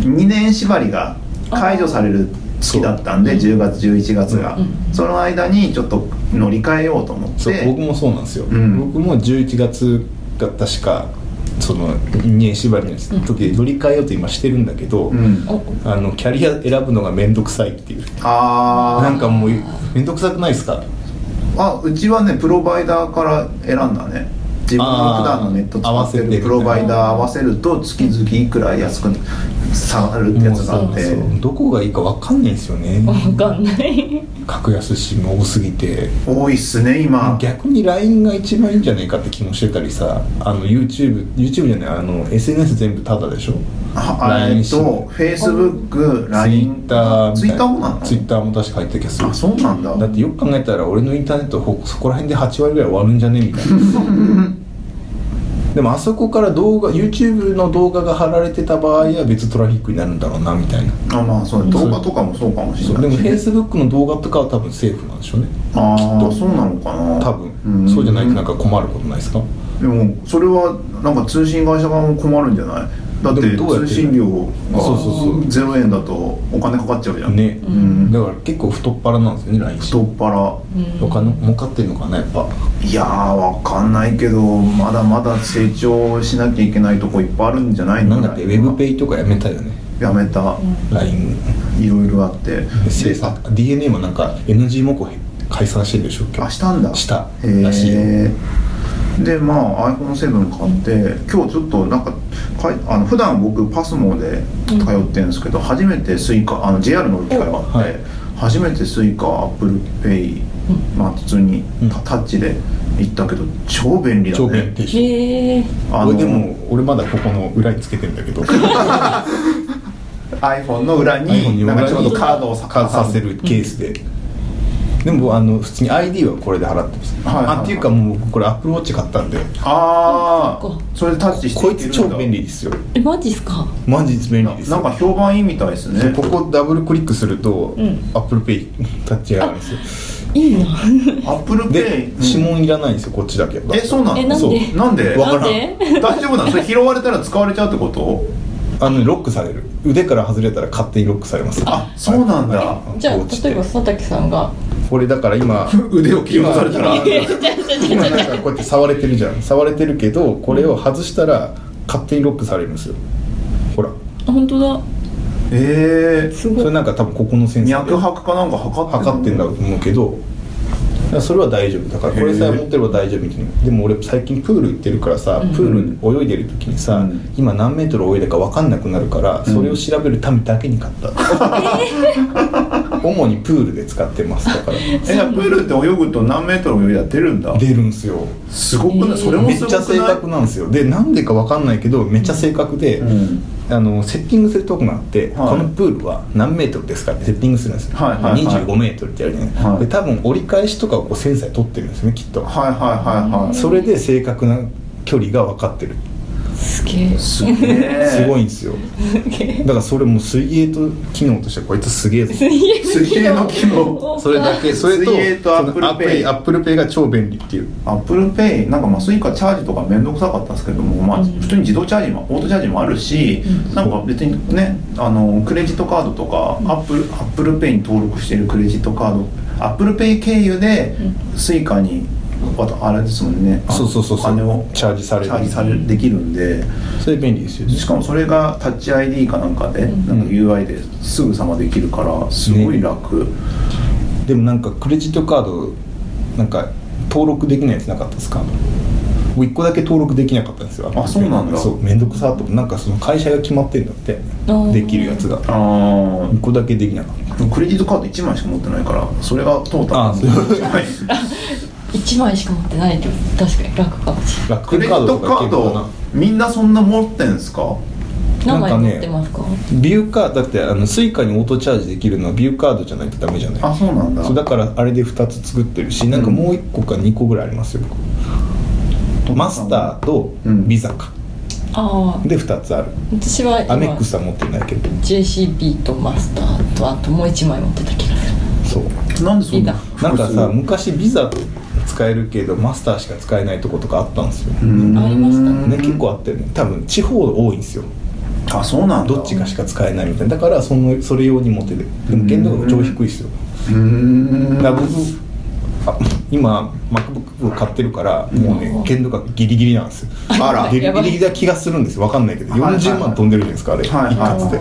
Speaker 1: ー、2年縛りが解除される月だったんで10月11月が、
Speaker 3: うん
Speaker 1: その間にちょっと乗り換えようと思って
Speaker 2: そう僕もそうなんですよ、
Speaker 1: うん
Speaker 2: 僕も11月が確かその2年縛りの時で乗り換えようと今してるんだけど、
Speaker 1: うん
Speaker 3: お
Speaker 2: あのキャリア選ぶのが面倒くさいっていう
Speaker 1: あー
Speaker 2: なんかもう面倒くさくないですか
Speaker 1: あうちはねプロバイダーから選んだね自分の普段のネット
Speaker 2: あー合
Speaker 1: 使
Speaker 2: わ
Speaker 1: って
Speaker 2: せて
Speaker 1: るプロバイダー合わせると月々いくら安く下がるってやつがあ
Speaker 2: も
Speaker 1: っ
Speaker 2: う
Speaker 1: て
Speaker 2: そうどこがいいかわかんないんですよね
Speaker 3: わかんない
Speaker 2: 格安シム多すぎて
Speaker 1: 多いっすね今
Speaker 2: 逆に LINE が一番いいんじゃないかって気もしてたりさあの YouTubeYouTube じゃないあの SNS 全部タダでしょ
Speaker 1: あえ
Speaker 2: LINE
Speaker 1: っとフェイスブック LINE
Speaker 2: ツイッター
Speaker 1: ツイッターもなの
Speaker 2: ツイッターも確か入ってた気がする
Speaker 1: あそうなんだ
Speaker 2: だってよく考えたら俺のインターネットほそこら辺で8割ぐらい終わるんじゃねみたいなでもあそこから動画 YouTube の動画が貼られてた場合は別トラフィックになるんだろうなみたいな
Speaker 1: あまあそうね動画とかもそうかもし
Speaker 2: そ
Speaker 1: れな
Speaker 2: うで
Speaker 1: い
Speaker 2: も
Speaker 1: しね
Speaker 2: Facebook の動画とかは多分セーフなんでしょうね
Speaker 1: あ
Speaker 2: きっと
Speaker 1: あそうなのかな
Speaker 2: 多分そうじゃないとなんか困ることないですか
Speaker 1: でもそれはなんか通信会社側も困るんじゃないだって
Speaker 2: でもどうやって
Speaker 1: 通信料が
Speaker 2: そうそうそう
Speaker 1: 0円だとお金かかっちゃうじゃん
Speaker 2: ね、
Speaker 1: ん
Speaker 2: だから結構太っ腹なんですよね LINE
Speaker 1: 太っ腹
Speaker 3: うん
Speaker 2: お金儲かってるのかなやっぱ
Speaker 1: いやーわかんないけどまだまだ成長しなきゃいけないとこいっぱいあるんじゃないの
Speaker 2: なんだっけウェブペイとかやめたよね
Speaker 1: やめた
Speaker 2: LINE
Speaker 1: いろいろあって
Speaker 2: 制作 DNA もなんか NG もこ解散してるでしょ今
Speaker 1: あ
Speaker 2: 日
Speaker 1: したんだ
Speaker 2: した
Speaker 1: へー
Speaker 2: らしいよ
Speaker 1: でまあ iPhone7 買って今日ちょっとなんかかいあの普段僕パスモで通ってるんですけど、初めてスイカあの JR 乗る機会があって、
Speaker 2: おはい
Speaker 1: 初めてスイカアップルペイまあ普通に
Speaker 2: うん
Speaker 1: タタッチで行ったけど超便利だね
Speaker 2: 超便利でしょ
Speaker 3: へえ
Speaker 1: あの
Speaker 2: 俺でも俺まだここの裏につけてんだ けど
Speaker 1: iPhone の裏
Speaker 2: iPhone
Speaker 1: に
Speaker 2: に
Speaker 1: なんかちょうどカードを
Speaker 2: ささせるケースで、でもあの普通に ID はこれで払ってます、
Speaker 1: はいはいはい
Speaker 2: あっていうかもう僕これ Apple Watch 買ったんで
Speaker 1: あ
Speaker 3: そ
Speaker 1: あ
Speaker 3: っか
Speaker 1: それでタッチして
Speaker 2: こい
Speaker 1: ける
Speaker 2: つ
Speaker 1: んだ
Speaker 2: 超便利ですよ
Speaker 3: えマジっすか
Speaker 2: マジで便利
Speaker 1: な
Speaker 2: です
Speaker 1: な
Speaker 2: よ
Speaker 1: んか評判いいみたいですね
Speaker 2: ここダブルクリックすると、
Speaker 3: うん
Speaker 2: Apple Pay 立ち上がるんですよ
Speaker 3: いいな
Speaker 1: アップル
Speaker 2: で、
Speaker 1: ペイ
Speaker 2: 指紋いらないんですよこっちだけ
Speaker 1: えそうなの
Speaker 3: えなんで
Speaker 1: そうなんで
Speaker 2: わか
Speaker 3: なん
Speaker 2: ら
Speaker 3: で
Speaker 2: ん
Speaker 1: 大丈夫なのそれ拾われたら使われちゃうってこと
Speaker 2: あのロックされる腕から外れたら勝手にロックされます
Speaker 1: あそうなんだ、
Speaker 2: はい
Speaker 3: じゃあ
Speaker 2: こう落ちて
Speaker 3: 例えば佐竹さんが
Speaker 2: これだか ら今
Speaker 1: 腕を切り落とされたら
Speaker 2: 今 今なんかこうやって触れてるじゃん触れてるけどこれを外したら勝手にロックされるんですよほら
Speaker 3: あ本当だ
Speaker 1: え
Speaker 3: す
Speaker 2: そ
Speaker 3: ご
Speaker 2: れ
Speaker 3: い
Speaker 2: なんか多分ここのセ
Speaker 1: え
Speaker 2: ン
Speaker 1: ー、
Speaker 2: サー
Speaker 1: 脈
Speaker 2: で
Speaker 1: 拍かなんか測って
Speaker 2: 測ってんだろうと思うけどだからそれは大丈夫だからこれさえ持ってれば大丈夫みたいなでも俺最近プール行ってるからさ
Speaker 3: うん
Speaker 2: プールに泳いでる時にさ、
Speaker 1: うん
Speaker 2: 今何メートル泳いだか分かんなくなるからそれを調べるためだけに買った、主にプールで使ってますだから
Speaker 1: えじゃあプールって泳ぐと何メートル泳いだら出るんだ
Speaker 2: 出るんすよ
Speaker 1: すごくない、
Speaker 3: えー
Speaker 1: それも
Speaker 2: めっ
Speaker 1: すご
Speaker 2: ち
Speaker 1: くない
Speaker 2: ゃ正確なんですよでなんでかわかんないけどめっちゃ正確で、
Speaker 1: うん
Speaker 2: あのセッティングするとこがあって、
Speaker 1: はい
Speaker 2: このプールは何メートルですかってセッティングするんですよ、
Speaker 1: はいはいはい
Speaker 2: 25メートルってやるじゃない、
Speaker 1: はい
Speaker 2: で多分折り返しとかをこうセンサーで取ってるんですねきっと、
Speaker 1: はいはいはいはい
Speaker 2: それで正確な距離が分かってる、
Speaker 3: すげえ
Speaker 1: すげえ
Speaker 2: すごい
Speaker 1: い
Speaker 2: んですよだからそれもう水泳と機能としてこいつすげえぞ
Speaker 1: 水泳の機能
Speaker 2: それだけそれと
Speaker 1: 水泳と
Speaker 2: その
Speaker 1: Apple Pay
Speaker 2: アップルペイが超便利っていう
Speaker 1: アップルペイなんかまあスイカチャージとか面倒くさかったんですけども、まあ、
Speaker 3: うん
Speaker 1: 普通に自動チャージもオートチャージもあるし、なんか別にねあのクレジットカードとか、アップルアップルペイに登録しているクレジットカードアップルペイ経由でスイカにわたあれですもんねあの
Speaker 2: そうそうそうそう
Speaker 1: お金を
Speaker 2: チャージされる
Speaker 1: チャージされるできるんで
Speaker 2: それ便利ですよね
Speaker 1: しかもそれがタッチ ID かなんかで、なんか UI ですぐさまできるからすごい楽、
Speaker 2: でもなんかクレジットカードなんか登録できないやつなかったですか僕一個だけ登録できなかったんですよ
Speaker 1: あそうなんだ
Speaker 2: そう面倒くさと思ってなんかその会社が決まってんだって
Speaker 3: あー
Speaker 2: できるやつが
Speaker 1: ああ
Speaker 2: 一個だけできなかっ
Speaker 1: クレジットカード1枚しか持ってないからそれが通った
Speaker 2: あそう
Speaker 1: はい
Speaker 3: 1枚しか持ってないと確かに楽かもしれない
Speaker 2: た楽
Speaker 1: クレ
Speaker 2: 天
Speaker 1: ジットカー
Speaker 2: いけるか
Speaker 1: ドみんなそんな持ってんすか
Speaker 3: 何枚
Speaker 2: なんかね
Speaker 3: 持ってますか
Speaker 2: ビューカードだってあのスイカにオートチャージできるのはビューカードじゃないとダメじゃない
Speaker 1: あそうなんだ
Speaker 2: そうだからあれで2つ作ってるしなんかもう1個か2個ぐらいありますよ、マスターと
Speaker 1: うん
Speaker 2: ビザか
Speaker 3: ああ
Speaker 2: で2つある
Speaker 3: 私は今
Speaker 2: アメックスは持ってないけど
Speaker 3: JCB とマスターとあともう一枚持ってた気がする
Speaker 2: そう
Speaker 1: なんでそんな
Speaker 3: リ
Speaker 2: なんかさ
Speaker 1: 複
Speaker 2: 昔ビザ使えるけどマスターしか使えないとことかあったんですよ、
Speaker 1: 数うん
Speaker 3: ありました
Speaker 2: ね、結構あったよね多分地方多いんですよ
Speaker 1: あそうなんだ
Speaker 2: どっちかしか使えないみたいなだからそのそれ用に持っててでも限度が超低いですよ
Speaker 1: うーん
Speaker 2: だから僕あ今 MacBook を買ってるからもうね限度がギリギリなんですよ
Speaker 1: あら
Speaker 2: ギリ
Speaker 3: やば
Speaker 2: ギ
Speaker 3: い
Speaker 2: リな気がするんですよわかんないけど
Speaker 1: はいはいはい
Speaker 2: 40万飛んでるじゃないですかあれ一
Speaker 1: はいはい
Speaker 2: 括で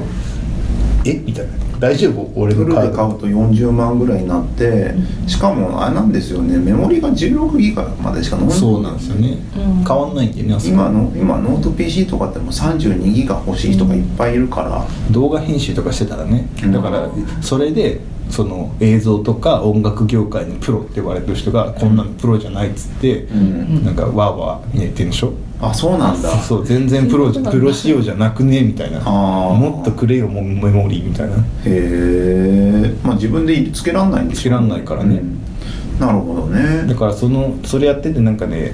Speaker 2: えみたいな大丈夫俺
Speaker 1: フ
Speaker 2: の
Speaker 1: ル
Speaker 2: カ
Speaker 1: で
Speaker 2: ー
Speaker 1: 買
Speaker 2: ド
Speaker 1: うと40万ぐらいになってしかもあれなんですよねメモリが16ギガまでしか残って
Speaker 2: そうなんですよね
Speaker 3: うん
Speaker 2: 変わんないんでねあそこ
Speaker 1: 今の今ノート PC とかってもう32ギガ欲しい人がいっぱいいるから、
Speaker 2: 動画編集とかしてたらね
Speaker 1: うん
Speaker 2: だからそれでその映像とか音楽業界のプロって言われてる人がこんなのプロじゃないっつって
Speaker 1: うん
Speaker 2: なんかわーわー言ってんでしょ
Speaker 1: あそうなんだ
Speaker 2: そう全然プロじゃプロ仕様じゃなくねみたいな
Speaker 1: あー
Speaker 2: もっとくれよもうメモリーみたいな
Speaker 1: へえまあ自分でつけらんないんです
Speaker 2: 知らんないからね、
Speaker 1: なるほど
Speaker 2: だ
Speaker 1: ね
Speaker 2: からそのそれやっててなんかね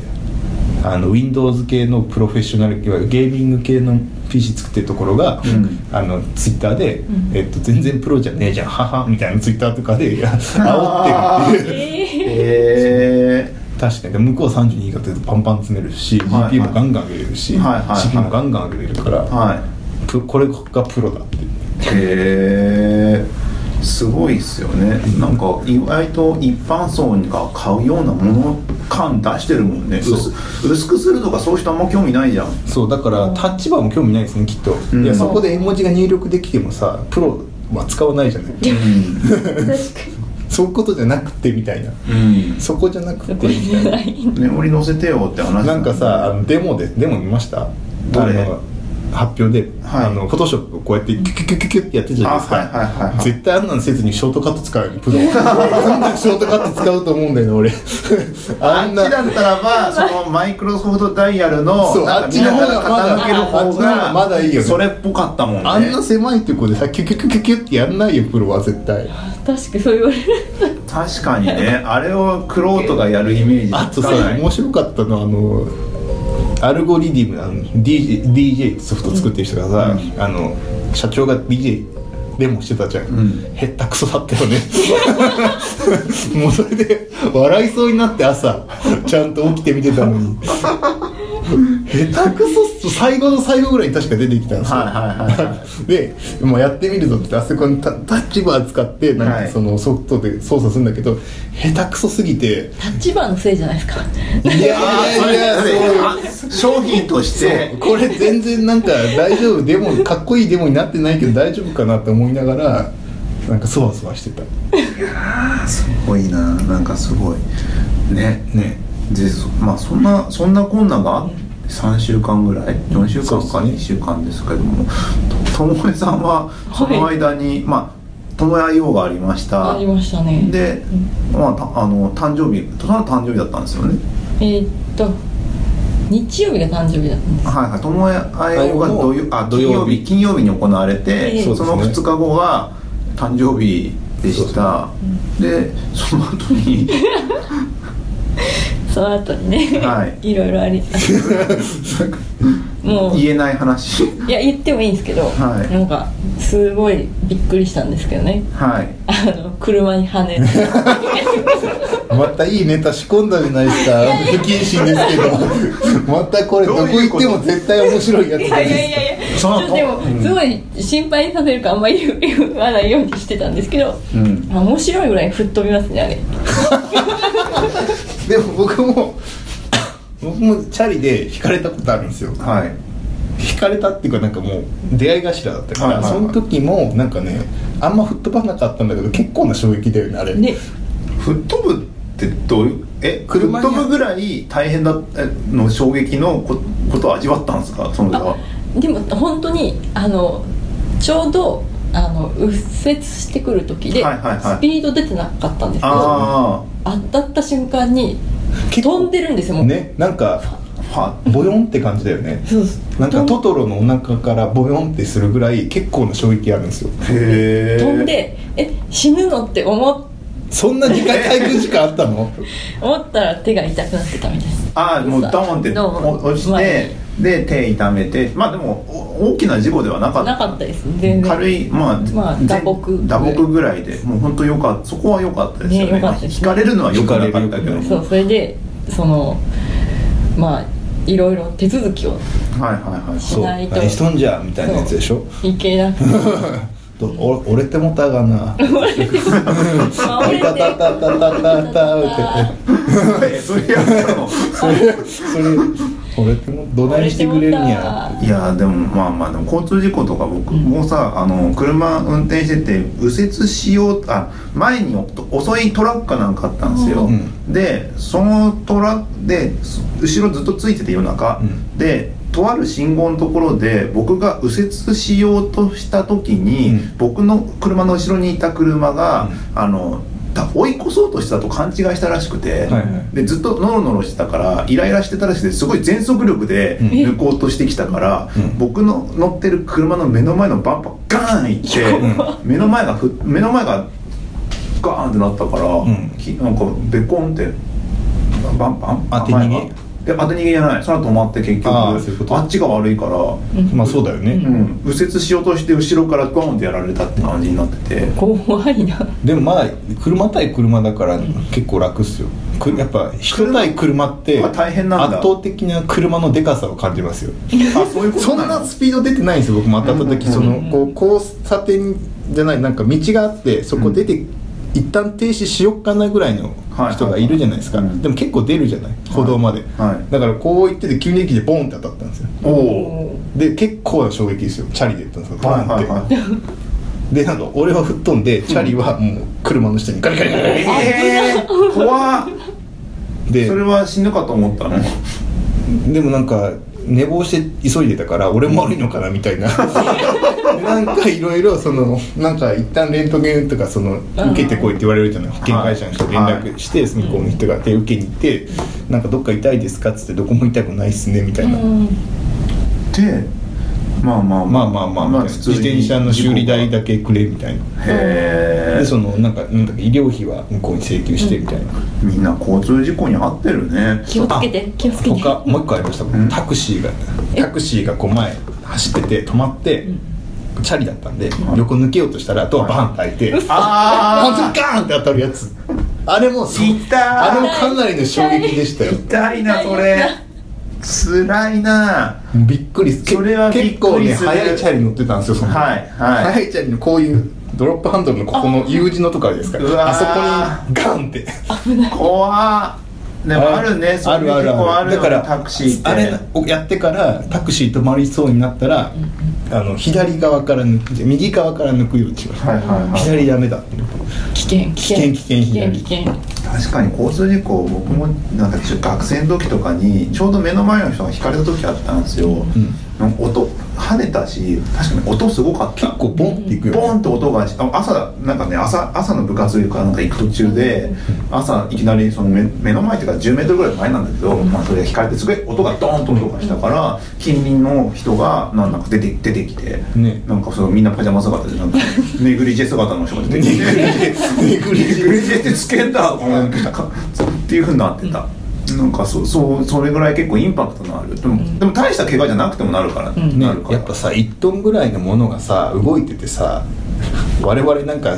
Speaker 2: あの Windows 系のプロフェッショナルいわゆるゲーミング系の PC 作ってるところが、
Speaker 1: うん
Speaker 2: あのツイッターで、
Speaker 3: うん
Speaker 2: えっと「全然プロじゃねえじゃんはは」みたいなツイッターとか でいや煽ってるっていう
Speaker 3: え
Speaker 1: へえ
Speaker 2: 確かにで向こうは32だってパンパン詰めるし、
Speaker 1: はいはい
Speaker 2: GP もガンガン上げれるし、
Speaker 1: はいはいはい
Speaker 2: CPU もガンガン上げれるから、
Speaker 1: は
Speaker 2: プこれがプロだって
Speaker 1: いへえすごいっすよねなんか意外と一般層が買うようなもの感出してるもんね
Speaker 2: そう
Speaker 1: 薄薄くするとかそういう人あんま興味ないじゃん
Speaker 2: そうだからタッチバーも興味ないですねきっと、
Speaker 1: うん
Speaker 2: いやそこで絵文字が入力できてもさプロは使わないじゃない
Speaker 1: うん
Speaker 3: 確か
Speaker 2: そういうことじゃなくてみたいな
Speaker 1: うん
Speaker 2: そこじゃなくて
Speaker 3: に
Speaker 2: み
Speaker 3: これ
Speaker 2: たいな
Speaker 3: ない
Speaker 1: メモリ乗せてよって話
Speaker 2: なんかさあのデモでデモ見ました
Speaker 1: 誰
Speaker 2: あの発表で、
Speaker 1: はい
Speaker 2: あのフォトショップをこうやってキュキュキュキュキュってやってるじゃないですか、
Speaker 1: あはいはいはいはい
Speaker 2: 絶対あんなんせずにショートカット使うよプロなんでショートカット使うと思うんだよね俺あ
Speaker 1: あっ
Speaker 2: ん
Speaker 1: ち
Speaker 2: な
Speaker 1: だったらばそのマイクロソフトダイヤルの
Speaker 2: そう
Speaker 1: なんか
Speaker 2: あっちの方
Speaker 1: みん
Speaker 2: がまだ
Speaker 1: なが傾ける
Speaker 2: あっちの方がまだいいよね
Speaker 1: それっぽかったもんね
Speaker 2: あんな狭いとこでさキュキュキュキュキュってやんないよプロは絶対
Speaker 3: 確かにそう言われる
Speaker 1: 確かにねあれをクロートがやるイメージ
Speaker 2: あ
Speaker 1: つ
Speaker 2: と
Speaker 1: か
Speaker 2: さ
Speaker 1: ない
Speaker 2: 面白かったのはあのアルゴリディムあの DJ, DJ ってソフト作ってる人がさ、あの社長が DJ デモしてたじゃん、
Speaker 1: ん
Speaker 2: へったくそだったよね もうそれで笑いそうになって朝ちゃんと起きて見てたのに下手くそっす最後の最後ぐらいに確か出てきたんですよ、
Speaker 1: はいはいはいは
Speaker 2: でもうやってみるぞってあそこにタタッチバー使ってなん
Speaker 1: は
Speaker 2: か
Speaker 1: い
Speaker 2: そのソフトで操作するんだけど、下手くそすぎて
Speaker 3: タッチバーのせいじゃないですか
Speaker 2: いやいやいやそう
Speaker 1: 商品として
Speaker 2: これ全然なんか大丈夫でもかっこいいデモになってないけど大丈夫かなって思いながらなんかそわそわしてた
Speaker 1: すごいななんかすごいね
Speaker 2: ね
Speaker 1: でそまあそんなそんな困難が3週間ぐらい4週間
Speaker 2: そ
Speaker 1: か
Speaker 2: うです
Speaker 1: 2週
Speaker 2: ね
Speaker 1: 間ですけどもともえさんはその間に、まあともや用がありました
Speaker 3: ありましたね
Speaker 1: で、まあ、たあの誕生日その誕生日だったんですよね
Speaker 3: えーっと日曜日が誕生日だったんです
Speaker 1: はいはい友也愛が土曜あ
Speaker 2: 土
Speaker 1: 土
Speaker 2: 曜
Speaker 1: 曜
Speaker 2: 日
Speaker 1: 日金曜日に行われて、
Speaker 3: ええ
Speaker 1: その
Speaker 2: そう
Speaker 1: 2
Speaker 2: です
Speaker 1: 日
Speaker 2: ね
Speaker 1: 後が誕生日でしたでその後に
Speaker 3: その後にね、、
Speaker 1: はい
Speaker 3: ろいろあ りもうい
Speaker 1: 言えない話
Speaker 3: や言ってもいいんですけど、
Speaker 1: はい
Speaker 3: なんかすごいびっくりしたんですけどね
Speaker 1: はい
Speaker 3: あの車に跳ねて
Speaker 2: またいいネタ仕込んだじゃないですか不謹慎です けどまたこれどこ行っても絶対面白いやつ
Speaker 3: い
Speaker 2: じゃな
Speaker 3: や
Speaker 2: い
Speaker 3: いやい
Speaker 2: ですか
Speaker 1: その
Speaker 3: やいやちょっとでも、
Speaker 1: うん
Speaker 3: すごい心配させるからあんまり言う言わないようにしてたんですけど、
Speaker 1: うん
Speaker 3: あ面白いぐらい吹っ飛びますねあれ
Speaker 2: でも僕も 僕もチャリで引かれたことあるんですよ
Speaker 1: はい
Speaker 2: 引かれたっていうかなんかもう出会い頭だったから、
Speaker 1: はいはいはい
Speaker 2: その時もなんかねあんま吹っ飛ばなかったんだけど結構な衝撃だよねあれ
Speaker 3: で
Speaker 1: 吹っ飛ぶってどういうえ吹っ
Speaker 2: 車に
Speaker 1: 飛ぶぐらい大変だえの衝撃のこことを味わったんですかその時は
Speaker 3: あでも本当にあのちょうどあの右折してくる時で、
Speaker 1: はいはいはい
Speaker 3: スピード出てなかったんですけど
Speaker 1: あ
Speaker 3: 当たった瞬間に
Speaker 2: 結構
Speaker 3: 飛んでるんですよもう、
Speaker 2: ねなんか
Speaker 1: は
Speaker 2: ボヨンって感じだよね
Speaker 3: そうです
Speaker 2: なんかトトロのお腹からボヨンってするぐらい結構な衝撃あるんですよ
Speaker 1: へえ
Speaker 3: 飛んでえ死ぬのって思
Speaker 2: そんな時間滞空時間あったの
Speaker 3: 思ったら手が痛くなってたみたいな
Speaker 1: ああもうドーンって
Speaker 3: ドーン
Speaker 1: お押し
Speaker 3: 前
Speaker 1: てで手痛めてまあでもお大きな事故ではなかった
Speaker 3: なかったです全然
Speaker 1: 軽いまあ、
Speaker 3: まあ
Speaker 1: 全
Speaker 3: 打撲
Speaker 1: 打撲ぐらいでもう本当よかったそこは良かったですよね
Speaker 3: ね良かったです
Speaker 1: 引かれるのは良くなかったけど
Speaker 2: 引かれる
Speaker 3: そうそれでそのまあいろいろ手続きを
Speaker 1: はいはいはい
Speaker 3: しないと
Speaker 2: 何しとんじゃみたいなやつでしょ
Speaker 3: いけなくて
Speaker 2: とお俺ってもたがな
Speaker 3: まあ折れ
Speaker 2: タ
Speaker 3: て
Speaker 2: タタタタタタっ て
Speaker 1: それやったの
Speaker 2: それそれ俺ってもどないしてくれるんや
Speaker 1: いやでもまあまあでも交通事故とか僕もさ、あの車運転してて右折しようあ前にお遅いトラックかなんかあったんですよ、
Speaker 2: うん
Speaker 1: でそのトラックでそ後ろずっとついてて夜中、
Speaker 2: うん
Speaker 1: でとある信号のところで僕が右折しようとした時に、
Speaker 2: うん
Speaker 1: 僕の車の後ろにいた車が、
Speaker 2: う
Speaker 1: あのだ追い越そうとしたと勘違いしたらしくて、
Speaker 2: はいはい
Speaker 1: でずっとノロノロしてたからイライラしてたらしくてすごい全速力で
Speaker 2: うん
Speaker 1: 抜こうとしてきたから、
Speaker 2: うん
Speaker 1: 僕の乗ってる車の目の前のバンパーガーンいって、目の前がふ目の前がガーンってなったから、
Speaker 2: ん
Speaker 1: きなんかベコンってバンパン
Speaker 2: 当て逃げ
Speaker 1: 前がで当て逃げじゃないその後止まって結局
Speaker 2: あー
Speaker 1: あ
Speaker 2: そういうこと
Speaker 1: っちが悪いから、
Speaker 2: まあそうだよね、
Speaker 1: うん、右折しようとして後ろからゴーンってやられたって感じになって て。
Speaker 3: 怖いな
Speaker 2: でもまあ車対車だから結構楽っすよくやっぱ人対車って
Speaker 1: あ
Speaker 2: 圧
Speaker 1: 大変なんだ
Speaker 2: 倒的な車のでかさを感じますよ
Speaker 1: あそういうこと
Speaker 2: そんなスピード出てないんですよ僕も当たった時そのこう交差点じゃないなんか道があってそこ出て一旦停止しよっかなぐらいの人がいるじゃないですか
Speaker 1: はいはいはい
Speaker 2: でも結構出るじゃない歩道まで
Speaker 1: はい
Speaker 2: だからこう行ってて急に駅でボンって当たったんですよ
Speaker 1: おお
Speaker 2: で結構な衝撃ですよチャリで行ったんですよボンって、
Speaker 1: はいはいはい
Speaker 2: でなんか俺は吹っ飛んでチャリはもう車の下にガリガリガリガリ
Speaker 1: ええー、怖っ
Speaker 2: で
Speaker 1: それは死ぬかと思ったの
Speaker 2: でもなんか寝坊して急いでたから俺も悪いのかなみた いななんかいろいろそのなんか一旦レントゲンとかその
Speaker 3: うん
Speaker 2: 受けてこいって言われるじゃない保険会社の人連絡して、向こうの人が手受けに行って「なんかどっか痛いですか?」っつって「どこも痛くないっすね」みたいな、
Speaker 3: うん
Speaker 1: でまあまあ
Speaker 2: まあまあまあ、まあ、自転車の修理代だけくれみたいな
Speaker 1: へ
Speaker 2: で
Speaker 1: え
Speaker 2: そのなんかなんだっけ医療費は向こうに請求してみたいな、
Speaker 1: みんな交通事故に遭ってるね
Speaker 3: 気をつけて気をつけて
Speaker 2: 他もう一個ありました僕
Speaker 1: うん
Speaker 2: タクシーがタクシーがこう前走ってて止まって、チャリだったんで、
Speaker 1: い
Speaker 2: 横抜けようとしたらあとはバンって開いて、あ
Speaker 1: あ
Speaker 2: 本当にガーンって当たるやつあれも
Speaker 1: いたー
Speaker 2: あれもかなりの衝撃でしたよ
Speaker 1: 痛いなそれ辛いな
Speaker 2: びっくりすけ
Speaker 1: それはびっ
Speaker 2: 結
Speaker 1: く
Speaker 2: 構
Speaker 1: り
Speaker 2: ね
Speaker 1: する
Speaker 2: 速いチャリ乗ってたんですよその
Speaker 1: はいはい
Speaker 2: 速いチャリのこういうドロップハンドルのここの U 字のとこあるじゃないです
Speaker 1: う
Speaker 2: か
Speaker 1: わー
Speaker 2: あそこにガンって
Speaker 1: 怖っでもあるねそういう事故あるよね
Speaker 2: だから
Speaker 1: タクシーって
Speaker 2: あれをやってからタクシー止まりそうになったら、あの左側から抜く右側から抜くようにします、
Speaker 1: はいはいはい
Speaker 2: 左ダメだって
Speaker 3: 危険危険
Speaker 2: 危険危険
Speaker 3: 危険危険
Speaker 1: 確かに交通事故僕もなんか中学生の時とかにちょうど目の前の人がひかれた時あったんですよ、なんか音跳ねたし確かに音すごかった
Speaker 2: 結構ボンっていくよね、
Speaker 1: ボーンって音がしあ朝なんかね朝朝の部活かなんか行く途中で朝いきなりその目目の前っていうか1 0メートルぐらい前なんだけど、まあ、それが光ってすごい音がドーンと音がしたから近隣の人がなんだか出て出てきて、
Speaker 2: ね
Speaker 1: なんかそのみんなパジャマ姿でなんかネグリジェ姿の人が 出てきて。
Speaker 2: めぐり
Speaker 1: グレジェってつけん だと思ってたっていうふうになってた、なんかそうそうそれぐらい結構インパクトのあるでも,、でも大した怪我じゃなくてもなるから、
Speaker 3: ん
Speaker 1: な
Speaker 2: ね
Speaker 1: るか
Speaker 2: や
Speaker 1: ら
Speaker 2: っぱさ1トンぐらいのものがさ動いててさ我々なんか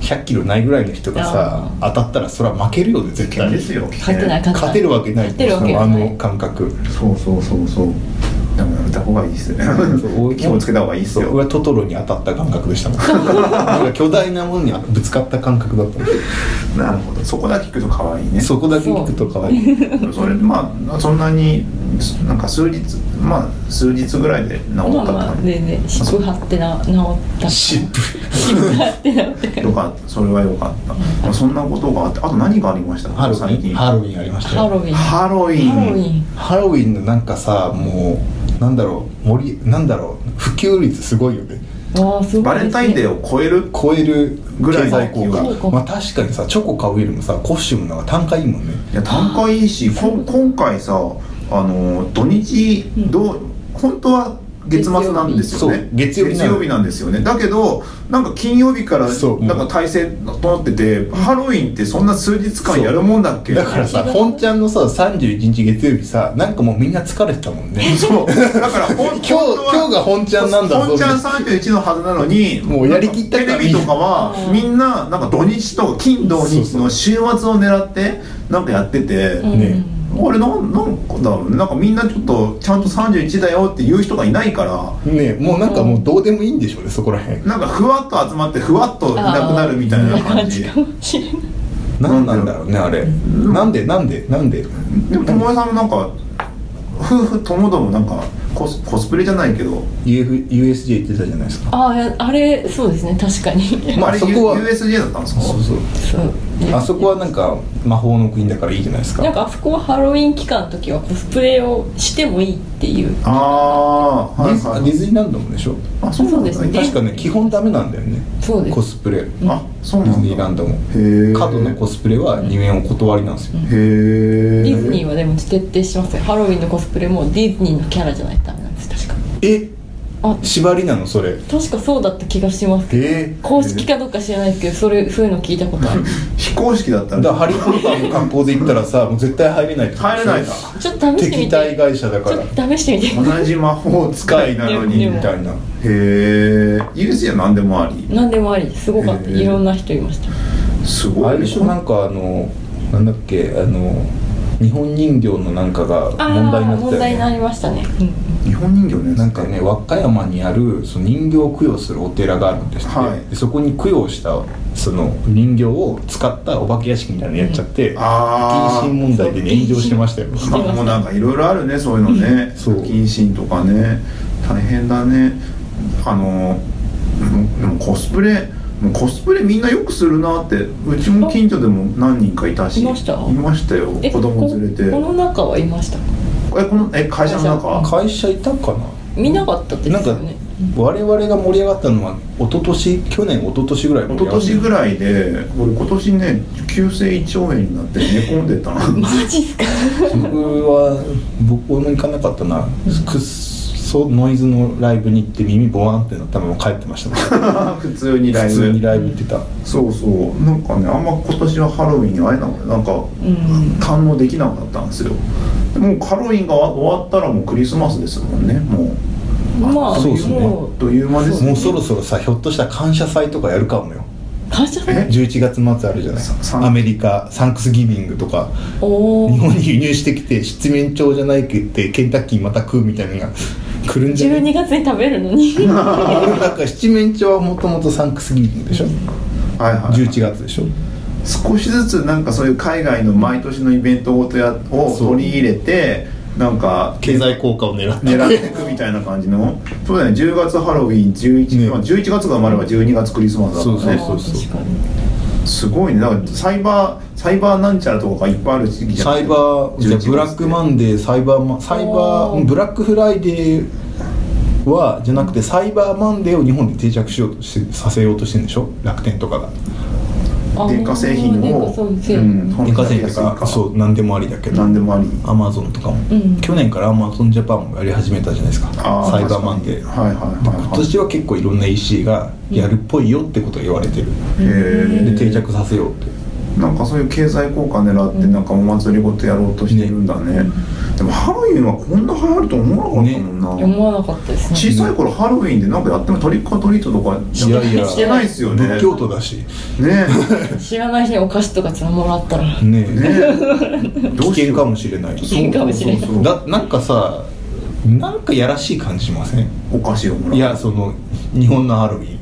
Speaker 2: 100キロないぐらいの人がさ当たったらそれは負けるよね絶
Speaker 1: 危険
Speaker 2: 対
Speaker 1: ですよ
Speaker 3: 勝てない
Speaker 1: 危険
Speaker 2: 勝てるわけない
Speaker 3: 勝てるわけ
Speaker 2: あ
Speaker 3: がない
Speaker 2: の感覚
Speaker 1: そうそうそうそうでもやめた方がいいっすね気をつけた方がいいっす
Speaker 2: そう
Speaker 1: よ
Speaker 2: 俺はトトロに当たった感覚でした もんなんか巨大なものにぶつかった感覚だったもん
Speaker 1: なるほどそこだけ聞くと可愛いね
Speaker 2: そこだけ聞くと可愛い
Speaker 1: それまあそんなになんか数日まあ数日ぐらいで治った
Speaker 3: まあ
Speaker 1: と
Speaker 3: ま
Speaker 1: か
Speaker 3: あ全然湿布貼ってな治った
Speaker 2: 湿布
Speaker 3: 湿布貼って治ったか
Speaker 1: よかったそれはよかった、まあ、そんなことがあってあと何がありました
Speaker 2: ハロウ
Speaker 1: 最
Speaker 2: ィ
Speaker 1: 近
Speaker 2: ンハロウィンありま
Speaker 3: ら
Speaker 2: した
Speaker 3: ハロ
Speaker 2: よ
Speaker 3: ウィンハ
Speaker 1: ハロウィン
Speaker 3: ロウィン
Speaker 2: ハロウィンのなんかさもうなんだろう森なんだろう普及率すごいよね
Speaker 3: わあすごいですね
Speaker 1: バレンタインデーを超える
Speaker 2: 超える
Speaker 1: ぐら
Speaker 2: 経
Speaker 1: いの
Speaker 2: 済効
Speaker 1: そう
Speaker 3: か
Speaker 2: 果まあ確かにさチョコ買うよりもさコスチュームの方が単価いいもんね
Speaker 1: いや単価いいしこん今回さあの土日
Speaker 3: うん
Speaker 1: どう本当は月末なんですよね
Speaker 2: 月曜日そう月曜日なの
Speaker 1: なんですよねだけどなんか金曜日から
Speaker 2: そう
Speaker 1: なんか体制整っててハロウィンってそんな数日間やるもんだっけ
Speaker 2: だからさ本ちゃんのさ31日月曜日さなんかもうみんな疲れてたもんね
Speaker 1: そうだからほん
Speaker 2: 今日今日が本ちゃんなんだぞ
Speaker 1: 本ちゃん31のはずなのに
Speaker 2: もうやりきったか
Speaker 1: テレビとかはみんななんか土日とか金土日の週末を狙ってなんかやってて、
Speaker 3: うん
Speaker 2: ね
Speaker 1: あれなんなんかだろうねなんかみんなちょっとちゃんと31だよって言う人がいないから
Speaker 2: ねもうなんかもうどうでもいいんでしょうねそこらへん
Speaker 1: なんかふわっと集まってふわっといなくなるみたいな感じ
Speaker 3: かもしれない
Speaker 2: 何なんだろうねあれなんでなんでなんで
Speaker 1: でも友枝さんもなんか夫婦ともどもなんかコスコスプレじゃないけど
Speaker 2: UF USJ 行ってたじゃないですか
Speaker 3: あああれそうですね確か に
Speaker 2: まあ
Speaker 1: あれ
Speaker 2: そこは
Speaker 1: U- USJ だったんですか
Speaker 2: そうそう
Speaker 3: そう
Speaker 2: あそこはなんか魔法の国だからいいじゃないですか
Speaker 3: なんかあそこはハロウィン期間の時はコスプレをしてもいいっていう
Speaker 1: ああーはいはい
Speaker 2: ディズディズニーランドもでしょ
Speaker 1: あそうなんだ
Speaker 3: そうですね
Speaker 2: 確かね基本ダメなんだよね
Speaker 3: そうです
Speaker 2: コスプレデ
Speaker 1: あそうなんだ
Speaker 2: ィズニーランドも
Speaker 1: へえ
Speaker 2: 過度なコスプレは入園お断りなんですよ
Speaker 1: へえ
Speaker 3: ディズニーはでも徹底してますよハロウィンのコスプレもディズニーのキャラじゃないとダメなんです確か
Speaker 2: え
Speaker 3: あ
Speaker 2: 縛りなのそれ
Speaker 3: 確かそうだった気がしますけど
Speaker 2: え
Speaker 3: 公式かどうか知らないですけどそれそういうの聞いたこ とある
Speaker 1: 非公式だった
Speaker 2: だから
Speaker 1: ら
Speaker 2: ハリー・ポッターの格好で行ったらさもう絶対入れないってこと
Speaker 1: 入れないか
Speaker 3: ちょっと試してみて
Speaker 2: 敵対会社だ
Speaker 3: ち
Speaker 2: か
Speaker 3: ょ
Speaker 2: ら
Speaker 3: っと試してみて
Speaker 1: 同じ魔法使いなのに
Speaker 3: で
Speaker 1: へ
Speaker 3: も
Speaker 2: みたいな
Speaker 1: え USJ は何でもあり
Speaker 3: 何でもありですすごかった
Speaker 1: へえ
Speaker 3: いろんな人いました
Speaker 1: すごい
Speaker 2: あれでしょなんかあのなんだっけあの日本人形のなんかが
Speaker 3: ああ
Speaker 2: 問題になって
Speaker 3: 問
Speaker 2: た
Speaker 3: 題に
Speaker 2: よ
Speaker 3: な
Speaker 2: ね
Speaker 3: りましたね、うん
Speaker 1: 日本人形のやつ
Speaker 2: なんかね和歌山にあるその人形を供養するお寺があるんですって、
Speaker 1: はい
Speaker 2: でそこに供養したその人形を使ったお化け屋敷みたいなのやっちゃって
Speaker 1: あ
Speaker 2: 謹
Speaker 1: あ
Speaker 2: 慎問題でね炎上してましたよ
Speaker 1: まあもうなんかいろいろあるねそういうのね
Speaker 2: そう
Speaker 1: 謹慎とかね大変だねあのでもコスプレもうコスプレみんなよくするなってうちも近所でも何人かいたし
Speaker 3: いました
Speaker 1: いましたよ子供連れて
Speaker 3: ここの中はいました
Speaker 1: えこのえ会社の中
Speaker 2: 会社いたかな
Speaker 3: 見なかったです
Speaker 2: なん
Speaker 3: よ
Speaker 2: か
Speaker 3: ね
Speaker 2: 我々が盛り上がったのは一昨年去年一昨年ぐらい
Speaker 1: 一昨年ぐ
Speaker 2: い
Speaker 1: らいで俺今年ね急性胃腸炎になって寝込んでた
Speaker 3: マジっすか
Speaker 2: 僕は僕も行かなかったなくっそノイズのライブに行って耳ボワンってなったまま帰ってましたも ん
Speaker 1: 普通にラ
Speaker 2: 普
Speaker 1: イ
Speaker 2: 通に
Speaker 1: ブ
Speaker 2: ライブ行ってた
Speaker 1: そうそうなんかねあんま今年はハロウィンに会えなくてなんか
Speaker 3: うん
Speaker 1: 堪能できなかったんですよもうハロウィンが終わったらもうクリスマスですもんねもう
Speaker 3: まあ
Speaker 2: そうですね
Speaker 3: も
Speaker 1: あっという間です
Speaker 2: もうそろそろさひょっとしたら感謝祭とかやるかもよ
Speaker 3: 感謝祭
Speaker 1: え
Speaker 2: 11月末あるじゃない
Speaker 1: ささん
Speaker 2: アメリカサンクスギビングとか
Speaker 3: お
Speaker 2: 日
Speaker 3: お
Speaker 2: 本に輸入してきて七面鳥じゃないけってケンタッキーまた食うみたいなのが来るんじゃない
Speaker 3: 12月に食べる のに
Speaker 2: なんか七面鳥はもともとサンクスギビングでしょ
Speaker 1: はいはい
Speaker 2: 11月でしょ
Speaker 1: 少しずつなんかそういう海外の毎年のイベントごとやを
Speaker 2: そう
Speaker 1: 取り入れてなんか
Speaker 2: 経済効果を狙って
Speaker 1: 狙っていくみたいな感じのそうだね10月ハロウィン11、
Speaker 2: ね
Speaker 1: まあ、11月が埋まれば12月クリスマスだからね
Speaker 2: そうそうそう
Speaker 3: 確かに
Speaker 1: すごいねなんかサイバーサイバーなんちゃらとかがいっぱいある時期じゃん
Speaker 2: サイバーじゃあ
Speaker 1: 11
Speaker 2: ブラックマンデーサイバーマンサイバ
Speaker 3: お
Speaker 2: ー
Speaker 3: ー
Speaker 2: ブラックフライデーはじゃなくてサイバーマンデーを日本で定着しようとしてさせようとしてるんでしょ楽天とかが
Speaker 3: あ
Speaker 1: 電化製品
Speaker 3: 電
Speaker 1: を
Speaker 3: 化製
Speaker 1: うん
Speaker 3: 品
Speaker 1: 本
Speaker 2: 電
Speaker 1: 当
Speaker 2: 化製
Speaker 1: に
Speaker 2: 品
Speaker 1: 安い
Speaker 2: とか
Speaker 1: か
Speaker 2: そう何でもありだけど
Speaker 1: 何でもあり
Speaker 2: アマゾンとかも、
Speaker 3: うん
Speaker 2: 去年からアマゾンジャパンもやり始めたじゃないですか
Speaker 1: あー
Speaker 2: サイバーマンデー
Speaker 1: はいはいはいはい
Speaker 2: 今年は結構いろんな EC がやるっぽいよってことが言われてる、
Speaker 1: へ
Speaker 2: で
Speaker 1: え
Speaker 2: 定着させようって
Speaker 1: なんかそういう経済効果狙ってなんかお祭りごとやろうとしてるんだねでもハロウィンはこんな流行ると思わなかったもんな、
Speaker 3: 思わなかったですね
Speaker 1: 小さい頃ハロウィンでなんかやってもトリックオアトリートとか
Speaker 2: いやいや
Speaker 1: してないですよね
Speaker 2: 仏教徒だし
Speaker 1: ね
Speaker 3: 知らない人にお菓子とかつもらった
Speaker 2: ね
Speaker 3: ら
Speaker 1: えねえ
Speaker 2: 危険かもしれない
Speaker 3: 危険かもしれない
Speaker 1: そうそうそう
Speaker 2: だなんかさなんかやらしい感じしません
Speaker 1: お菓子をもらう
Speaker 2: いやその日本のハロウィ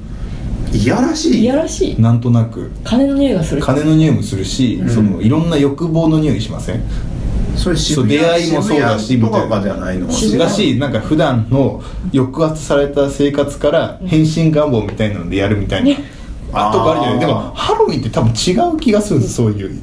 Speaker 1: いやらしい
Speaker 3: いやらしい
Speaker 2: ンなんとなく
Speaker 3: 金の匂いがする
Speaker 2: 金の匂いもするし、
Speaker 1: ん
Speaker 2: そのいろんな欲望の匂いしません
Speaker 1: それ渋
Speaker 2: そう
Speaker 1: 谷
Speaker 2: 出会いもそうだし
Speaker 1: 渋谷と
Speaker 2: み
Speaker 1: か
Speaker 2: たいな
Speaker 1: じゃないの
Speaker 3: 渋谷
Speaker 2: らしいなんか普段の抑圧された生活から変身願望みたいなのでやるみたいな、あとかあるじゃないでも
Speaker 1: あー
Speaker 2: ハロウィンって多分違う気がするんですそういう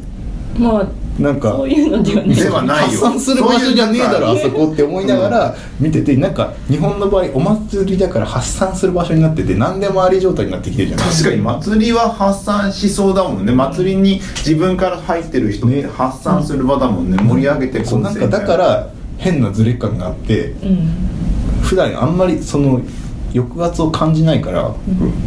Speaker 3: まあ
Speaker 2: なんか
Speaker 3: そういうのではない
Speaker 1: ではないよ
Speaker 2: 発散する場所じゃねえだろあそこって思いながら見ててなんか日本の場合お祭りだから発散する場所になってて何でもあり状態になってきてるじゃない
Speaker 1: 確かに祭りは発散しそうだもんね祭りに自分から入ってる人って
Speaker 2: ね
Speaker 1: 発散する場だもんね盛り上げてこ
Speaker 2: そうなんかだか
Speaker 1: み
Speaker 2: ら変なズレ感があって
Speaker 3: うん
Speaker 2: 普段あんまりその抑圧を感じないから、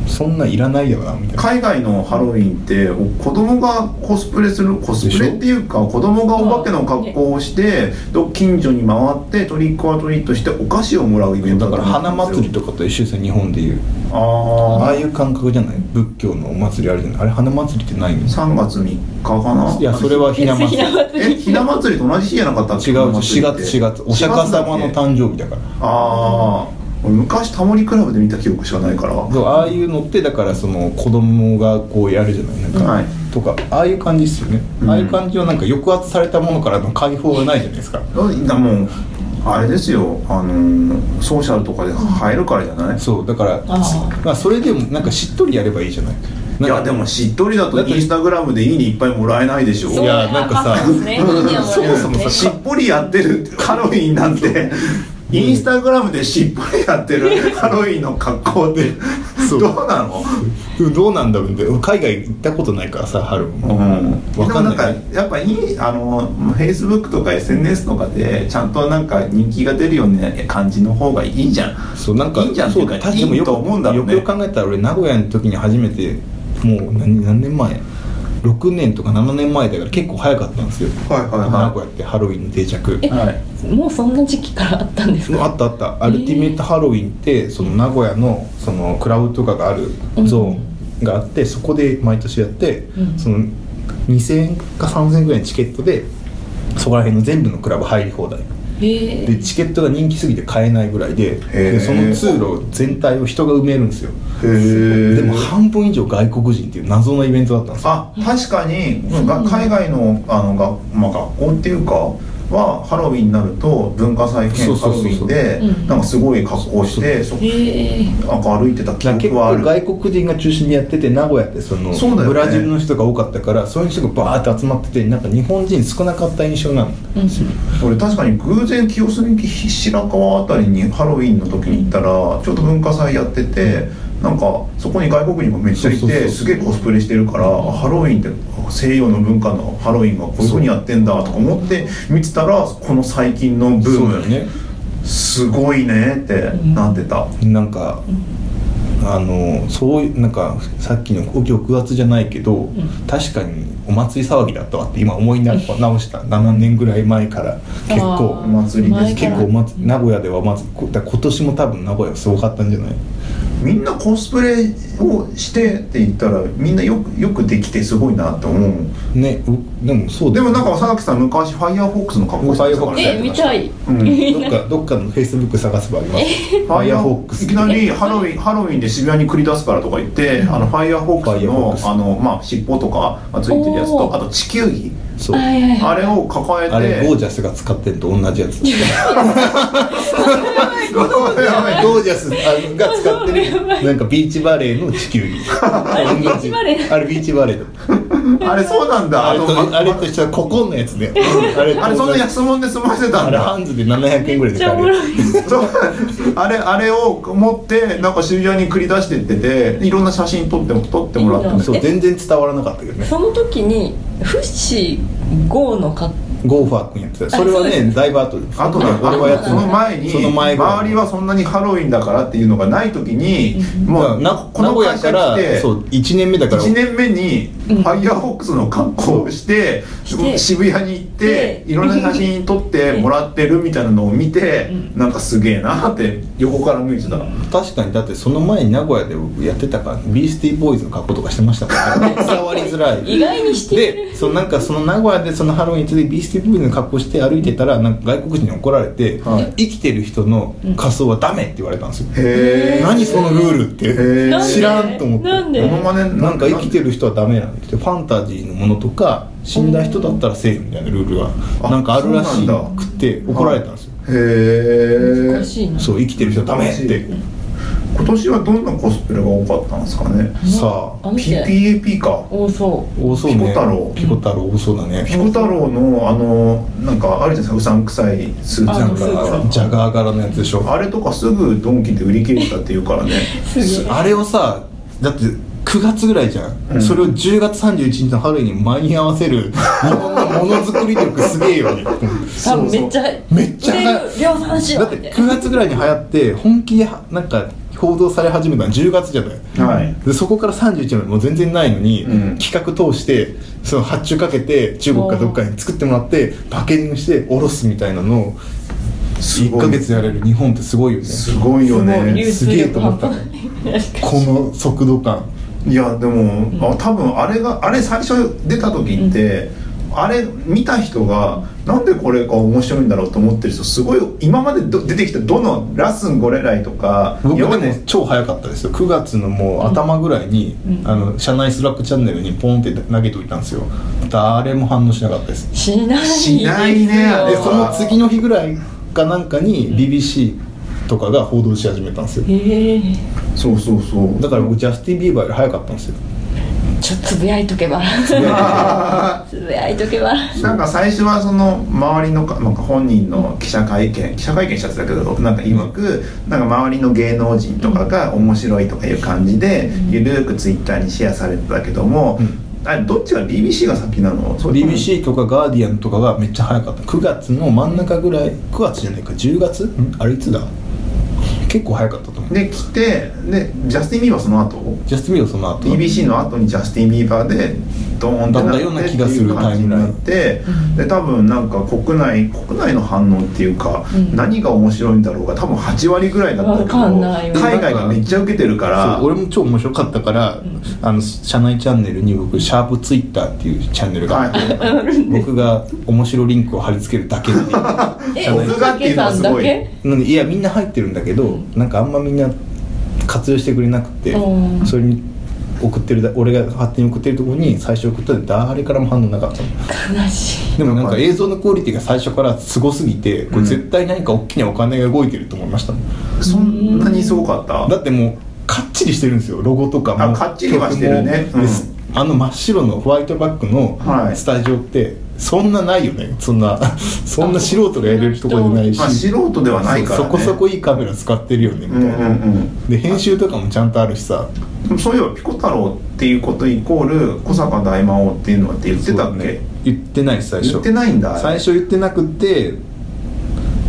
Speaker 2: そんないらないよなみたいな
Speaker 1: 海外のハロウィンって子供がコスプレするコスプレっていうか子供がお化けの格好をしてど近所に回ってトリックオアトリートしてお菓子をもらうイベント
Speaker 2: だから花祭りとかと一緒ですよ日本でいうあ
Speaker 1: あ
Speaker 2: あいう感覚じゃない仏教のお祭りあるじゃないあれ花祭りってないん
Speaker 1: あ
Speaker 2: です
Speaker 1: 3月3日かない
Speaker 2: いやそれはひな祭り違う
Speaker 1: えひな祭りと同じ日じゃなかったっけ
Speaker 2: 違う4
Speaker 1: 4
Speaker 2: 月4月お釈迦様の誕生日だから
Speaker 1: ああ俺昔タモリクラブで見た記憶しかないから
Speaker 2: そうああいうのってだからその子供がこうやるじゃないなんか、
Speaker 1: はい
Speaker 2: とかああいう感じですよね、
Speaker 1: うん
Speaker 2: ああいう感じはなんか抑圧されたものからの解放がないじゃないですか
Speaker 1: だもうあれですよあのーソーシャルとかで入るからじゃない、
Speaker 2: そうだから
Speaker 3: あー
Speaker 2: まあ、それでもなんかしっとりやればいいじゃない
Speaker 1: い
Speaker 2: なん
Speaker 1: や
Speaker 2: か
Speaker 1: でもしっとりだと
Speaker 2: だって
Speaker 1: インスタグラムでいいねいっぱいもらえないでしょ
Speaker 2: いやなんかさ
Speaker 3: そうね
Speaker 2: そもそもさ
Speaker 1: しっぽりやってるハロウィンなんてインスタグラムでしっぽりやってるハロウィンの格好って
Speaker 2: そう
Speaker 1: どうなの
Speaker 2: で もどうなんだろうって海外行ったことないからさ春も、
Speaker 1: うん、で
Speaker 2: わ
Speaker 1: も
Speaker 2: か
Speaker 1: な
Speaker 2: んなんい
Speaker 1: かやっぱいいあのフェイスブックとか SNS とかでちゃんとなんか人気が出るような感じの方がいいじゃん
Speaker 2: そうなんか
Speaker 1: いいじゃんって
Speaker 2: そ
Speaker 1: いう
Speaker 2: う
Speaker 1: か
Speaker 2: 確か
Speaker 1: い
Speaker 2: に
Speaker 1: いと思うんだろうね
Speaker 2: よくよく考えたら俺名古屋の時に初めてもう何何年前6年とか7年前だから結構早かったんですよ、
Speaker 1: はいはいはい
Speaker 2: 名古屋ってハロウィンの定着
Speaker 3: え
Speaker 1: はい
Speaker 3: もうそんな時期からあったんですか
Speaker 2: あったあったアルティメットハロウィンってその名古屋のそのクラブとかがあるゾーンがあってそこで毎年やって
Speaker 3: うん
Speaker 2: その2000円か3000円ぐらいのチケットでそこら辺の全部のクラブ入り放題
Speaker 3: え
Speaker 2: でチケットが人気すぎて買えないぐらいで
Speaker 1: へー
Speaker 2: でその通路全体を人が埋めるんですよ
Speaker 1: へえ
Speaker 2: でも半分以上外国人っていう謎のイベントだったんですよ
Speaker 1: あ確かに、が海外のあのが、まあ、学校っていうかはハロウィンになると文化祭兼
Speaker 2: そう
Speaker 1: ハ
Speaker 2: そ
Speaker 1: ロ
Speaker 2: うそ
Speaker 1: ウ
Speaker 2: う
Speaker 1: ィ
Speaker 2: そう
Speaker 1: ンで
Speaker 3: うん
Speaker 1: なんかすごい格好してそ
Speaker 3: えええ
Speaker 1: なんか歩いてた記
Speaker 2: だから結
Speaker 1: 憶はあ
Speaker 2: 構
Speaker 1: る
Speaker 2: 外国人が中心にやってて名古屋ってその
Speaker 1: そうだよね
Speaker 2: ブラジルの人が多かったからそういう人がバーって集まっててなんか日本人少なかった印象なの
Speaker 3: うん
Speaker 1: 俺確かに偶然清澄白河あたりにハロウィンの時に行ったらちょうど文化祭やっててなんかそこに外国人がめっちゃい
Speaker 2: そうそうそ
Speaker 1: て
Speaker 2: う
Speaker 1: すげえコスプレしてるからあハロウィンって西洋の文化のハロウィンがこういうふうにやってんだとか思って見てたらこの最近のブー
Speaker 2: そうだ
Speaker 1: ム、
Speaker 2: よね
Speaker 1: すごいねってなってた、
Speaker 2: なんか、あのそういうなんかさっきの抑圧じゃないけど、確かにお祭り騒ぎだったわって今思いな直した7年ぐらい前から結
Speaker 1: お
Speaker 2: 構
Speaker 3: あー
Speaker 1: 祭りです
Speaker 3: 前
Speaker 1: ー
Speaker 2: 結
Speaker 3: から
Speaker 2: 構お祭名古屋ではまずこだから今年も多分名古屋すごかったんじゃない
Speaker 1: みんなコスプレをしてって言ったらみんなよくよくできてすごいなって思う、
Speaker 2: ねうでもそう
Speaker 1: で
Speaker 2: だよ
Speaker 1: もなんか佐々木さん昔ファイヤーフォックスの格好してたからね
Speaker 3: え見たい
Speaker 1: うん
Speaker 2: どっかどっかのフェイスブック探せばありますフ
Speaker 1: ファ
Speaker 2: ァ
Speaker 1: イ
Speaker 2: イ
Speaker 1: ヤー
Speaker 2: ヤー
Speaker 1: フ
Speaker 2: フ
Speaker 1: ォ
Speaker 2: ォ
Speaker 1: ッ
Speaker 2: ッ
Speaker 1: ク
Speaker 2: ク
Speaker 1: スい
Speaker 2: ス
Speaker 1: きなりハロウィンハロウィンで渋谷に繰り出すからとか言って、あのファイヤーフォックスの
Speaker 2: ファイヤーフォックス
Speaker 1: あのまあ尻尾とかがついてるやつ
Speaker 3: お
Speaker 1: と
Speaker 3: ー
Speaker 1: あと地球儀
Speaker 2: そう
Speaker 3: はいはい
Speaker 1: あれを抱えて
Speaker 2: あれゴージャスが使ってると同じやつ ゴージャスあが使ってるなんかビーチバレーの地球儀あれ
Speaker 3: ビーチバレー
Speaker 2: あれビーチバレー だ
Speaker 1: あれそうなんだ
Speaker 2: あれ
Speaker 1: の
Speaker 2: と
Speaker 1: ま
Speaker 2: あれとしたらココンのやつねあれ
Speaker 1: あれそんな安物で済ませた
Speaker 2: あ
Speaker 1: ん
Speaker 2: れ
Speaker 1: だ
Speaker 2: ハンズで700円ぐらい
Speaker 3: めっ
Speaker 2: で
Speaker 3: ちゃお
Speaker 2: 買え
Speaker 3: も
Speaker 2: る
Speaker 3: ろい
Speaker 1: そうあれあれを持ってなんか渋谷に繰り出してってていろんな写真撮っても撮ってもらって
Speaker 3: いい
Speaker 1: も
Speaker 3: な
Speaker 2: そう
Speaker 3: え
Speaker 2: 全然伝わらなかったけどね
Speaker 3: その時にフッシー5の格
Speaker 2: ゴーファー君やってたそれは
Speaker 3: あそう
Speaker 2: ねだいぶ後です
Speaker 1: あとね、
Speaker 2: 俺はやって
Speaker 1: その前に
Speaker 2: その前ぐらい
Speaker 1: 周りはそんなにハロウィンだからっていうのがない時に、
Speaker 2: ま
Speaker 1: も
Speaker 2: あ
Speaker 1: う
Speaker 2: な
Speaker 1: この
Speaker 2: 名古
Speaker 1: 会
Speaker 2: 屋
Speaker 1: 社来
Speaker 2: から
Speaker 1: て
Speaker 2: そう1年目だから
Speaker 1: 1年目に
Speaker 3: う
Speaker 1: フ
Speaker 3: ん
Speaker 1: ァイヤーフォックスの格好をして
Speaker 3: して
Speaker 1: 渋谷に行って
Speaker 3: で
Speaker 1: いろんな写真撮ってもらってるみたいなのを見て
Speaker 3: う
Speaker 1: なんかすげえなって横から向いてた
Speaker 2: 確かにだってその前に名古屋で僕やってたからビースティーボーイズの格好とかしてましたから ね伝わりづら
Speaker 3: 意
Speaker 2: い
Speaker 3: 外にしてる
Speaker 2: でそのなんかその名古屋でそのハロウィンについてビースティーボーイズの格好して歩いてたらなんか外国人に怒られて、
Speaker 1: はい
Speaker 2: 生きてる人の仮装はダメって言われたんですよ、
Speaker 1: へえ
Speaker 2: 何そのルールって
Speaker 1: へー
Speaker 2: 知らんと思って
Speaker 3: なんで
Speaker 1: モノマネ
Speaker 2: なんか生きてる人はダメなんでファンタジーのものとか死んだ人だったらセーフみたいなルール
Speaker 1: あ
Speaker 2: がなんかあるらし
Speaker 1: そうなんだ
Speaker 2: くて怒られたんですよ
Speaker 1: へえ
Speaker 3: 難しいな
Speaker 2: そう生きてる人はダメって
Speaker 1: 今年はどんなコスプレが多かったんですかね
Speaker 2: さあ
Speaker 3: あ見て
Speaker 1: PPAP か
Speaker 3: 多そ
Speaker 2: 多そうね
Speaker 1: ピコ太郎
Speaker 2: ピコ太郎多そうだね
Speaker 1: ピコ太郎のあのなんかあるじゃないですかうさんくさいスーツ
Speaker 3: あ
Speaker 2: な
Speaker 1: なん
Speaker 2: ん
Speaker 1: か
Speaker 2: かジャガー柄のやつでしょ
Speaker 1: あれとかすぐドンキで売り切れたっていうからね
Speaker 3: うすげえ
Speaker 2: あれをさだって9月ぐらいじゃん、
Speaker 1: うん
Speaker 2: それを10月31日の春に間に合わせる日本のものづくり力すげえよね
Speaker 3: 多分めっちゃ
Speaker 2: めっちゃ
Speaker 3: 売れる量産しよ
Speaker 2: だ
Speaker 3: う
Speaker 2: っ
Speaker 3: って
Speaker 2: て9月ぐらいに流行って本気でなんか報道され始めたの10月じゃない
Speaker 1: はい
Speaker 2: でそこから31までもう全然ないのに、
Speaker 1: うん
Speaker 2: 企画通してその発注かけて中国かどっかに作ってもらってパッケージングしておろすみたいなのを
Speaker 1: す
Speaker 2: 1
Speaker 1: ごい
Speaker 2: ヶ月やれる日本ってすごいよね
Speaker 1: すごいよ
Speaker 3: もう流
Speaker 1: ね
Speaker 3: 通量半端
Speaker 2: す
Speaker 3: ない 確か
Speaker 2: この速度感
Speaker 1: いやでも、あ多分あれがあれ最初出た時って、あれ見た人がなんでこれが面白いんだろうと思ってる人すごい今までど出てきたどのラスンゴレライとか
Speaker 2: 僕で
Speaker 1: 今まで
Speaker 2: も超早かったですよ9月のもう頭ぐらいに、
Speaker 3: うん
Speaker 2: あの社内スラックチャンネルにポンって投げておいたんですよ誰も反応しなかったです
Speaker 3: にしない
Speaker 1: しないねあれ
Speaker 2: で
Speaker 3: です
Speaker 2: そ
Speaker 3: よ
Speaker 2: の次の日ぐらいかなんかに BBC とかが報道し始めたんですよ
Speaker 3: へえ
Speaker 1: そうそうそう
Speaker 2: だから僕ジャスティン・ビーバーより早かったんですよ
Speaker 3: ちょっとつぶやいと けば
Speaker 1: あ
Speaker 3: つぶやいとけば
Speaker 1: ーなんか最初はその周りのかなんか本人の記者会見記者会見したってたけどなんか今くなんか周りの芸能人とかが面白いとかいう感じで
Speaker 3: うん
Speaker 1: ゆるーくツイッターにシェアされてたけども、
Speaker 2: うん
Speaker 1: あれどっちが BBC が先なのそれとも
Speaker 2: BBC とかガーディアンとかがめっちゃ早かった9月の真ん中ぐらい9月じゃないか10月んあれいつだ結構早かったと思う
Speaker 1: で来てでジャスティン・ビーバーその後
Speaker 2: ジャスティン・ビーバーその後
Speaker 1: BBC の後にジャスティン・ビーバーでドーンって
Speaker 2: だ
Speaker 1: なっ
Speaker 2: っ
Speaker 1: たて
Speaker 2: ような
Speaker 1: って
Speaker 2: 気がする
Speaker 1: いう感じになって
Speaker 3: タイムライン
Speaker 1: で多分なんか国内国内の反応っていうか、
Speaker 3: うん
Speaker 1: 何が面白いんだろうが多分8割ぐらいだったけど
Speaker 3: わかんないよ
Speaker 1: 海外がめっちゃ受けてるから
Speaker 2: そう俺も超面白かったから、あの社内チャンネルに僕「シャープツイッター」っていうチャンネルが、
Speaker 1: はい
Speaker 2: 僕が面白リンクを貼り付けるだけっていう
Speaker 3: え
Speaker 2: 社内
Speaker 1: 僕がっていうのはすごい
Speaker 2: なんでいやみんな入ってるんだけど、なんかあんまみんな活用してくれなくて、
Speaker 3: うん
Speaker 2: それに送ってるだ俺が勝手に送ってるところに最初送ったら誰からも反応なかったの
Speaker 3: 悲しい
Speaker 2: でもなんか映像のクオリティが最初からすごすぎてこれ絶対何か大きなお金が動いてると思いました、
Speaker 1: そんなにすごかった
Speaker 2: だってもうかっちりしてるんですよロゴとかも
Speaker 1: あかっちりはしてるね
Speaker 2: 曲も
Speaker 1: うん
Speaker 2: ですあの真っ白のホワイトバックの
Speaker 1: はい
Speaker 2: スタジオってそんなないよねそんな そんな素人がやれるとこじゃないし、
Speaker 1: まあ、素人ではないから、ね、
Speaker 2: そそこそこいいカメラ使ってるよねみ
Speaker 1: う
Speaker 2: た
Speaker 1: ん
Speaker 2: いうな、
Speaker 1: ん
Speaker 2: で編集とかもちゃんとあるしさ
Speaker 1: うんそういえばピコ太郎っていうことイコール小坂大魔王っていうのはって言ってたっけ、
Speaker 2: そうね言ってないし最初
Speaker 1: 言ってないんだ
Speaker 2: 最初言ってなくて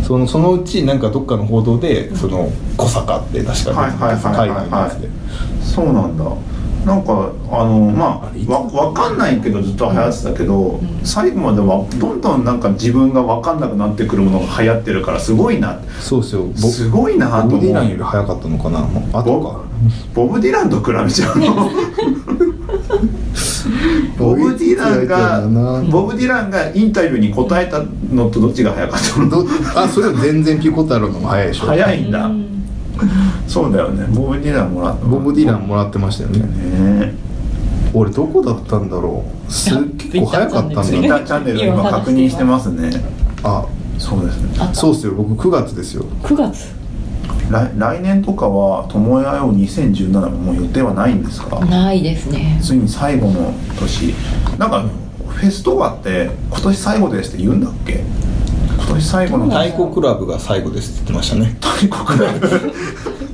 Speaker 2: そのそのうちなんかどっかの報道でその小坂って確か
Speaker 1: はいはいはいはいはい
Speaker 2: 海外のやつで
Speaker 1: そうなんだなんかあのま
Speaker 2: あれいつ
Speaker 1: あわわかんないけどずっと流行ってたけど、
Speaker 3: ん
Speaker 1: 最後まではどんどんなんか自分がわかんなくなってくるものが流行ってるからすごいな
Speaker 2: そうですよぼ
Speaker 1: すごいなと思
Speaker 2: ボ
Speaker 1: う
Speaker 2: ブ・ディランより早かったのかなもうあと
Speaker 1: ボ
Speaker 2: か
Speaker 1: ボブ・ディランと比べちゃうの ボブ・ディランがボブ・ディランがインタビューに答えたのとどっちが早かったの
Speaker 2: どあそれより全然ピコ太郎の方が早いでしょ
Speaker 1: 早いんだ、
Speaker 3: うん
Speaker 1: そうだよねボブ・ディランもらった
Speaker 2: ボブ・ディランもらってましたよね
Speaker 1: ね
Speaker 2: 俺どこだったんだろうす結構早かったんだ
Speaker 1: ツイッターチャンネルを今確認してますね
Speaker 2: あ
Speaker 1: そうですね
Speaker 3: あ
Speaker 2: そうっすよ僕9月ですよ
Speaker 3: 9月
Speaker 1: 来来年とかは「ともやよ2017」ももう予定はないんですか
Speaker 3: ないですね
Speaker 1: ついに最後の年なんかフェスとかって今年最後ですって言うんだっけ今年最後の
Speaker 2: 太鼓クラブが最後ですって言ってましたね
Speaker 1: 大 国ライブ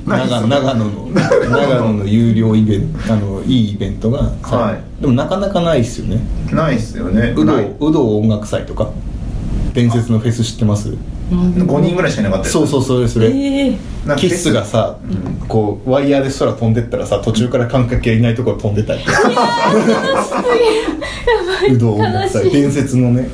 Speaker 1: 何
Speaker 2: 長
Speaker 1: それ
Speaker 2: 長野の長野の有料イベントあのいいイベントが、
Speaker 1: は
Speaker 2: でもなかなかないですよね
Speaker 1: ないっすよね
Speaker 2: 有
Speaker 1: ない
Speaker 2: 働有働音楽祭とか伝説のフェス知ってます
Speaker 1: 5人ぐらいしかいなかった
Speaker 2: そう
Speaker 1: う
Speaker 2: そうそれそれ、
Speaker 3: ええ
Speaker 2: キッスがさ、こうワイヤーで空飛んでったらさ途中から観客がいないところ飛んでたりとか有働音楽
Speaker 3: 悲
Speaker 2: 祭
Speaker 3: しい
Speaker 2: 伝説のね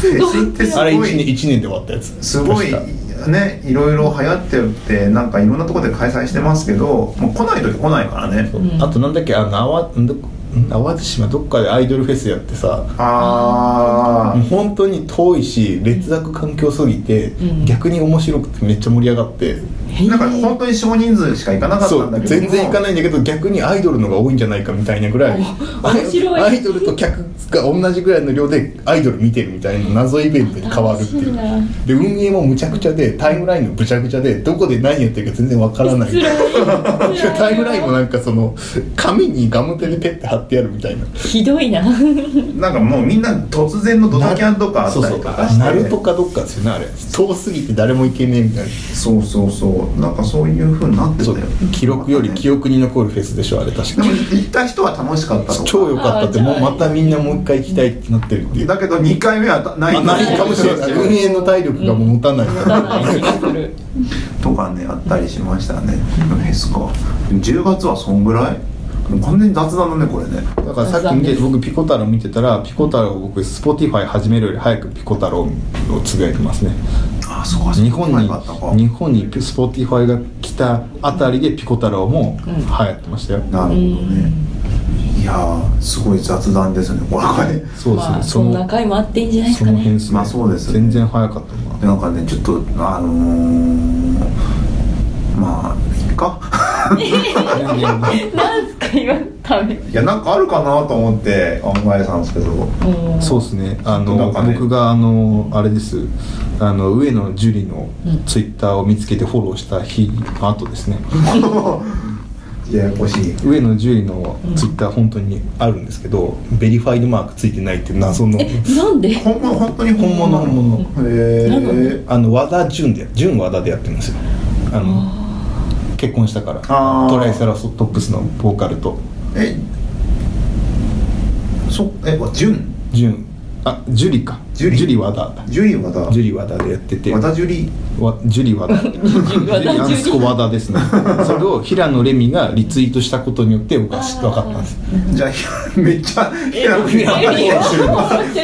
Speaker 1: フェスってすご
Speaker 2: あれ 1, 年
Speaker 1: い
Speaker 2: 一年で終わったやつ
Speaker 1: すごい
Speaker 2: 確か
Speaker 1: ねいろいろ流行ってるってなんかいろんなところで開催してますけどもう来ない時来ないからね
Speaker 3: うん
Speaker 2: あとなんだっけあの淡んどん淡路島どっかでアイドルフェスやってさ
Speaker 1: あ
Speaker 2: もう
Speaker 1: ー
Speaker 2: 本当に遠いし劣悪環境すぎて、
Speaker 3: うん
Speaker 2: 逆に面白くてめっちゃ盛り上がって、
Speaker 3: へえ
Speaker 1: なんか本当に少人数しか行かなかっ
Speaker 2: そ
Speaker 1: たんだ
Speaker 2: う
Speaker 1: けど
Speaker 2: 全然行か
Speaker 1: い
Speaker 2: ないんだけど逆にアイドルのが多いんじゃないかみたいなぐらい
Speaker 3: お面白い
Speaker 2: アイアイドルと客が同じぐらいの量でアイドル見てるみたいな謎イベントに変わるってい
Speaker 3: 楽しいな
Speaker 2: うで運営もむちゃくちゃでタイムラインもむちゃくちゃでどこで何やってるか全然わからない
Speaker 3: 辛い辛 い
Speaker 2: タイムラインもなんかその紙にガムテでペッて貼ってやるみたいな
Speaker 3: ひど いな
Speaker 1: なんかもうみんな突然のドタキャンとかあったりとかして
Speaker 2: ナルトかどっかですよねあれ遠すぎて誰も行けねえみたいな
Speaker 1: そうそうそうそうなんかそういうふうになってた
Speaker 2: そ
Speaker 1: よ
Speaker 2: うだよ記録より記憶に残るフェスでしょあれ確
Speaker 1: で
Speaker 2: か
Speaker 1: も行った人は楽しかったとか
Speaker 2: 超良かったってもうまたみんなもう一回行きたいってなってるっていう
Speaker 1: だけど2回目は ない
Speaker 2: まあないかもしれない運営の体力がもう持たない
Speaker 3: 持
Speaker 2: か
Speaker 3: た
Speaker 2: ら
Speaker 3: ない気がする
Speaker 1: とかねあったりしましたねフェスかでも10月はそんぐらいもう完全に雑談だねこれね
Speaker 2: だからさっき見て僕ピコ太郎見てたらピコ太郎を僕 Spotify 始めるより早くピコ太郎をつぶやいてますね
Speaker 1: あそうか
Speaker 2: 日本に
Speaker 1: かったか
Speaker 2: 日本に Spotify が来たあたりでピコ太郎も流行ってましたよ、
Speaker 1: なるほどねいやーすごい雑談ですねこれはね
Speaker 2: そうですね、
Speaker 3: まあ、そんな回もあっていいんじゃないです
Speaker 2: そ
Speaker 3: か
Speaker 2: の
Speaker 3: ね
Speaker 2: 辺ですね、
Speaker 1: まあそうですね
Speaker 2: 全然早かったな
Speaker 1: なんかねちょっとあのー、まあいいか
Speaker 3: なんすか今食べ
Speaker 1: いやなんかあるかなと思って考えたんですけど
Speaker 3: も
Speaker 2: そうですねあ
Speaker 1: な
Speaker 2: の
Speaker 1: んかね
Speaker 2: 僕があのあれですあの上野樹里の
Speaker 3: うん
Speaker 2: ツイッターを見つけてフォローした日の後ですね、
Speaker 1: ややこしい
Speaker 2: 上野樹里のツイッター本当にあるんですけど、ベリファイドマークついてないっていう謎の
Speaker 3: えなんで
Speaker 1: 本物本当に
Speaker 2: 本物本物
Speaker 1: 物へ
Speaker 3: なの
Speaker 1: え
Speaker 2: あの和田純で純和田でやってるんですよあの結婚したから
Speaker 1: あー
Speaker 2: トライセラトップスのボーカルと
Speaker 1: えそえ純
Speaker 2: 純あジュリか
Speaker 1: ジュリ
Speaker 2: ジュリ和田
Speaker 1: ジュリー和田
Speaker 2: ジュリ和田でやってて
Speaker 1: 和田ジュリー
Speaker 2: わジュリ和田ジ
Speaker 3: ュリ和田
Speaker 2: ュリアンスコ和田ですねそれを平野レミがリツイートしたことによって僕は知っ分かったんです
Speaker 1: じゃあめっちゃ平野レ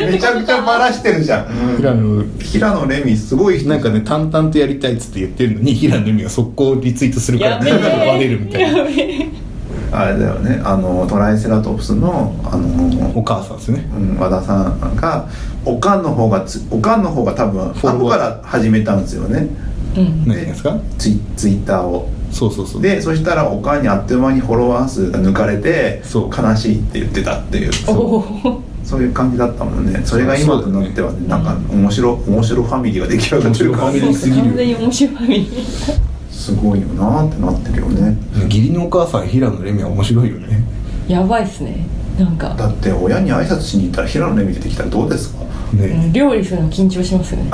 Speaker 1: ミめちゃくちゃバラしてるじゃん
Speaker 2: 平野
Speaker 1: 平野レミすごい人
Speaker 2: なんかね淡々とやりたいっつって言ってるのに平野レミが速攻リツイートするから
Speaker 3: やべ
Speaker 2: みんながバレるみたいな
Speaker 3: え
Speaker 1: あれだよねあのトライセラトプスのあの
Speaker 2: お母さんですね
Speaker 1: うん和田さんがおかんの方がつおかんの方が多分
Speaker 2: フォロ
Speaker 1: 後
Speaker 2: ワ
Speaker 1: か
Speaker 2: ー
Speaker 1: ら始めたんですよね
Speaker 3: うん
Speaker 2: 何ですか
Speaker 1: ツイツイッターを
Speaker 2: そうそうそう
Speaker 1: でそしたらおかんにあっという間にフォロワー数が抜かれて
Speaker 2: そう
Speaker 1: 悲しいって言ってたっていう
Speaker 3: お
Speaker 1: そう
Speaker 3: お
Speaker 1: そういう感じだったもんねそれが今となってはねなんか面白面白ファミリーが出来上がってる感じ
Speaker 2: 面白ファミリーすぎる
Speaker 3: 完全に面白い
Speaker 1: すごいよなってなってるよね
Speaker 2: 義理のお母さん平野レミは面白いよね
Speaker 3: やばいっすねなんか
Speaker 1: だって親に挨拶しに行ったら平野レミ出てきたらどうですか
Speaker 3: うん
Speaker 2: ね
Speaker 3: 料理するの緊張しま すよね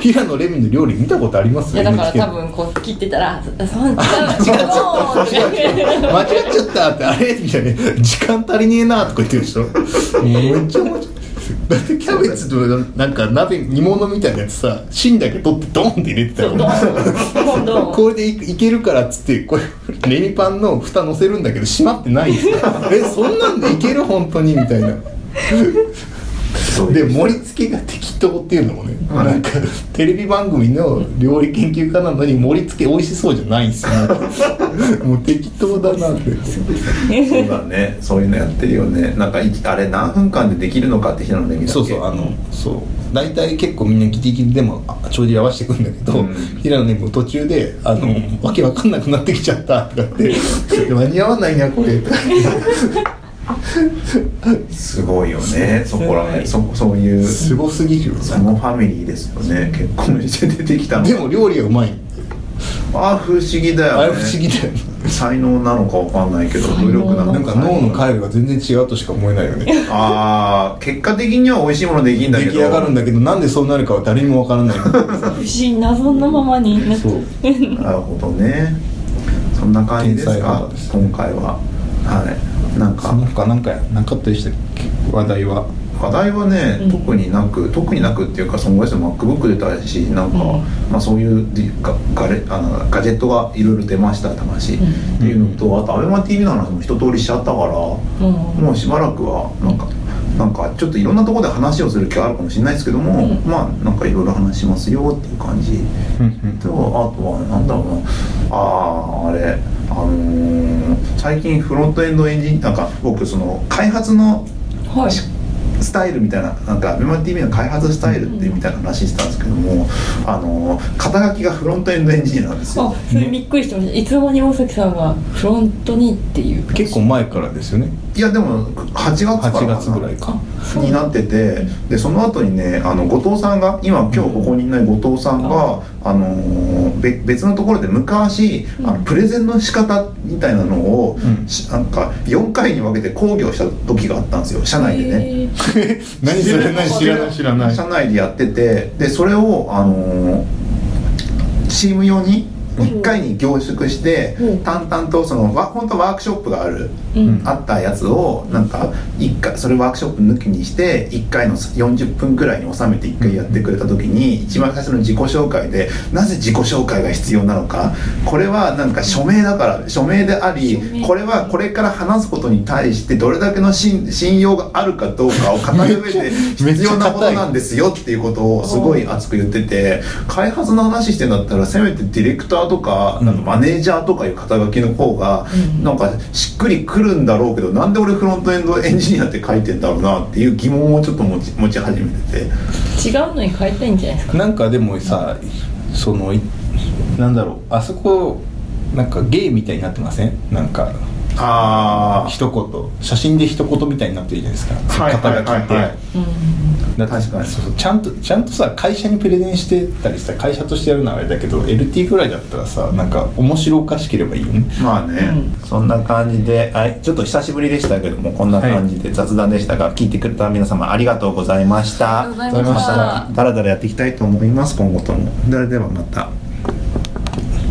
Speaker 2: 平野レミの料理見たことあります
Speaker 3: いやだから
Speaker 2: NHK
Speaker 3: 多分こう切ってたら「そそん違う違う」
Speaker 2: 間違っ
Speaker 3: とか
Speaker 2: ちゃったってあれみたいな時間足りねえなとか言ってるでしょもうめっちゃ面白いだってキャベツとなんか鍋煮物みたいなやつさ芯だけ取ってドンって入れてた
Speaker 3: そうど
Speaker 2: よ
Speaker 3: うもどうも
Speaker 2: これでいいけるからっつってこれレミパンの蓋乗せるんだけど閉まってないんですよえそんなんでいける本当にみたいな
Speaker 1: そう
Speaker 2: で盛り付けが適当っていうのもね、なんかテレビ番組の料理研究家なのに盛り付け美味しそうじゃないんですよもう適当だなって
Speaker 1: そうだねそういうのやってるよねなんかいあれ何分間でできるのかって平野レミだっけ
Speaker 2: そうそうあのそう大体結構みんなギリギリでもあ帳尻合わせてくんだけど、
Speaker 1: うん
Speaker 2: 平野ねもう途中であの、わけわかんなくなってきちゃったとか って「間に合わないなこれ」とか
Speaker 1: すごいよねそこら辺
Speaker 3: す
Speaker 1: そそういう
Speaker 2: すごすぎるよ
Speaker 1: そのファミリーですよね結婚して出てきたの
Speaker 2: でも料理はうまい
Speaker 1: ああ不思議だよ
Speaker 2: あ
Speaker 1: ね
Speaker 2: れ不思議だよね
Speaker 1: 才能なのかわかんないけど努力なの
Speaker 2: なんか脳の
Speaker 1: か
Speaker 2: 回路が全然違うとしか思えないよね
Speaker 1: ああ結果的には美味しいものできんだけ
Speaker 2: 出
Speaker 1: ど
Speaker 2: 来上がるんだけどなんでそうなるかは誰にもわからない
Speaker 3: 不思議謎のままになって
Speaker 2: そう
Speaker 1: なるほどねそんな感じです
Speaker 2: 天才
Speaker 1: か
Speaker 2: 肌です
Speaker 1: 今回ははいなん
Speaker 2: その
Speaker 1: か
Speaker 2: 他なんかなかったでしたっけ話題は
Speaker 1: 課題はね、
Speaker 3: うん
Speaker 1: 特になく特になくっていうかそのぐらいですよ MacBook 出たしなんか、
Speaker 3: うん
Speaker 1: まあ、そういうでガガレあのガジェットがいろいろ出ましたって話、
Speaker 3: うん
Speaker 1: っていうのとあと ABEMATV の話も一通りしちゃったから、
Speaker 3: もう
Speaker 1: もうしばらくはなんかなんかちょっといろんなところで話をする気はあるかもしれないですけども、
Speaker 3: うん
Speaker 1: まあなんかいろいろ話しますよっていう感じとあとはなんだろうなあああれあのー最近フロントエンドエンジンなんか僕その開発の
Speaker 3: はい
Speaker 1: しスタイルみたいななんか ABEMATV の開発スタイルってみたいな話してたんですけども、あのー肩書きがフロントエンドエンジニアなんですよ
Speaker 3: あそれびっくりしてましたいつの間に大崎さんがフロントにっていう感じ
Speaker 2: 結構前からですよね
Speaker 1: いやでも8月からか
Speaker 2: 8
Speaker 1: な
Speaker 2: 月ぐらいか
Speaker 1: になっててでその後にねあの後藤さんが今今日ここにいない後藤さんが、あのーべ別のところで昔、あのプレゼンの仕方みたいなのを、
Speaker 2: うん
Speaker 1: しなんか4回に分けて講義をした時があったんですよ社内でね。
Speaker 3: へー
Speaker 2: 何それ何知らない知らない
Speaker 1: 社内でやっててでそれをあのー CM 用に
Speaker 3: うん
Speaker 1: 1回に凝縮して、
Speaker 3: うん
Speaker 1: 淡々とそのわ本当ワークショップがある、
Speaker 3: うん
Speaker 1: あったやつをなんか一回それワークショップ抜きにして1回の40分くらいに収めて1回やってくれた時に一番最初の自己紹介でなぜ自己紹介が必要なのかこれはなんか署名だから署名であり
Speaker 3: 署名
Speaker 1: これはこれから話すことに対してどれだけの信信用があるかどうかを語る上で
Speaker 2: めっちゃ
Speaker 1: 必
Speaker 2: 硬い
Speaker 1: 要なことなんですよっていうことをすごい熱く言ってて開発の話してんだったらせめてディレクターとかなんかマネージャーとかいう肩書きの方が
Speaker 3: うん
Speaker 1: なんかしっくりくるんだろうけどなんで俺フロントエンドエンジニアって書いてんだろうなっていう疑問をちょっと持ち持ち始めてて
Speaker 3: 違うのに変えたいんじゃないですか
Speaker 2: なんかでもさそのいなんだろうあそこなんかゲイみたいになってませんなんか
Speaker 1: ああ
Speaker 2: 一言写真で一言みたいになってるじゃないですか、
Speaker 1: はいはいはい
Speaker 2: 肩書きって、
Speaker 1: はい
Speaker 3: うん
Speaker 2: だって
Speaker 1: 確かに
Speaker 2: そうそうちゃんとちゃんとさ会社にプレゼンしてたりさ会社としてやるのはあれだけど LT ぐらいだったらさなんか面白おかしければいいよね
Speaker 1: まあね、
Speaker 3: う
Speaker 1: そんな感じであちょっと久しぶりでしたけどもこんな感じで雑談でしたが、聞いてくれた皆様ありがとうございました
Speaker 3: ありがとうござ
Speaker 2: いました
Speaker 1: だらだらやっていきたいと思います今後ともそれではまた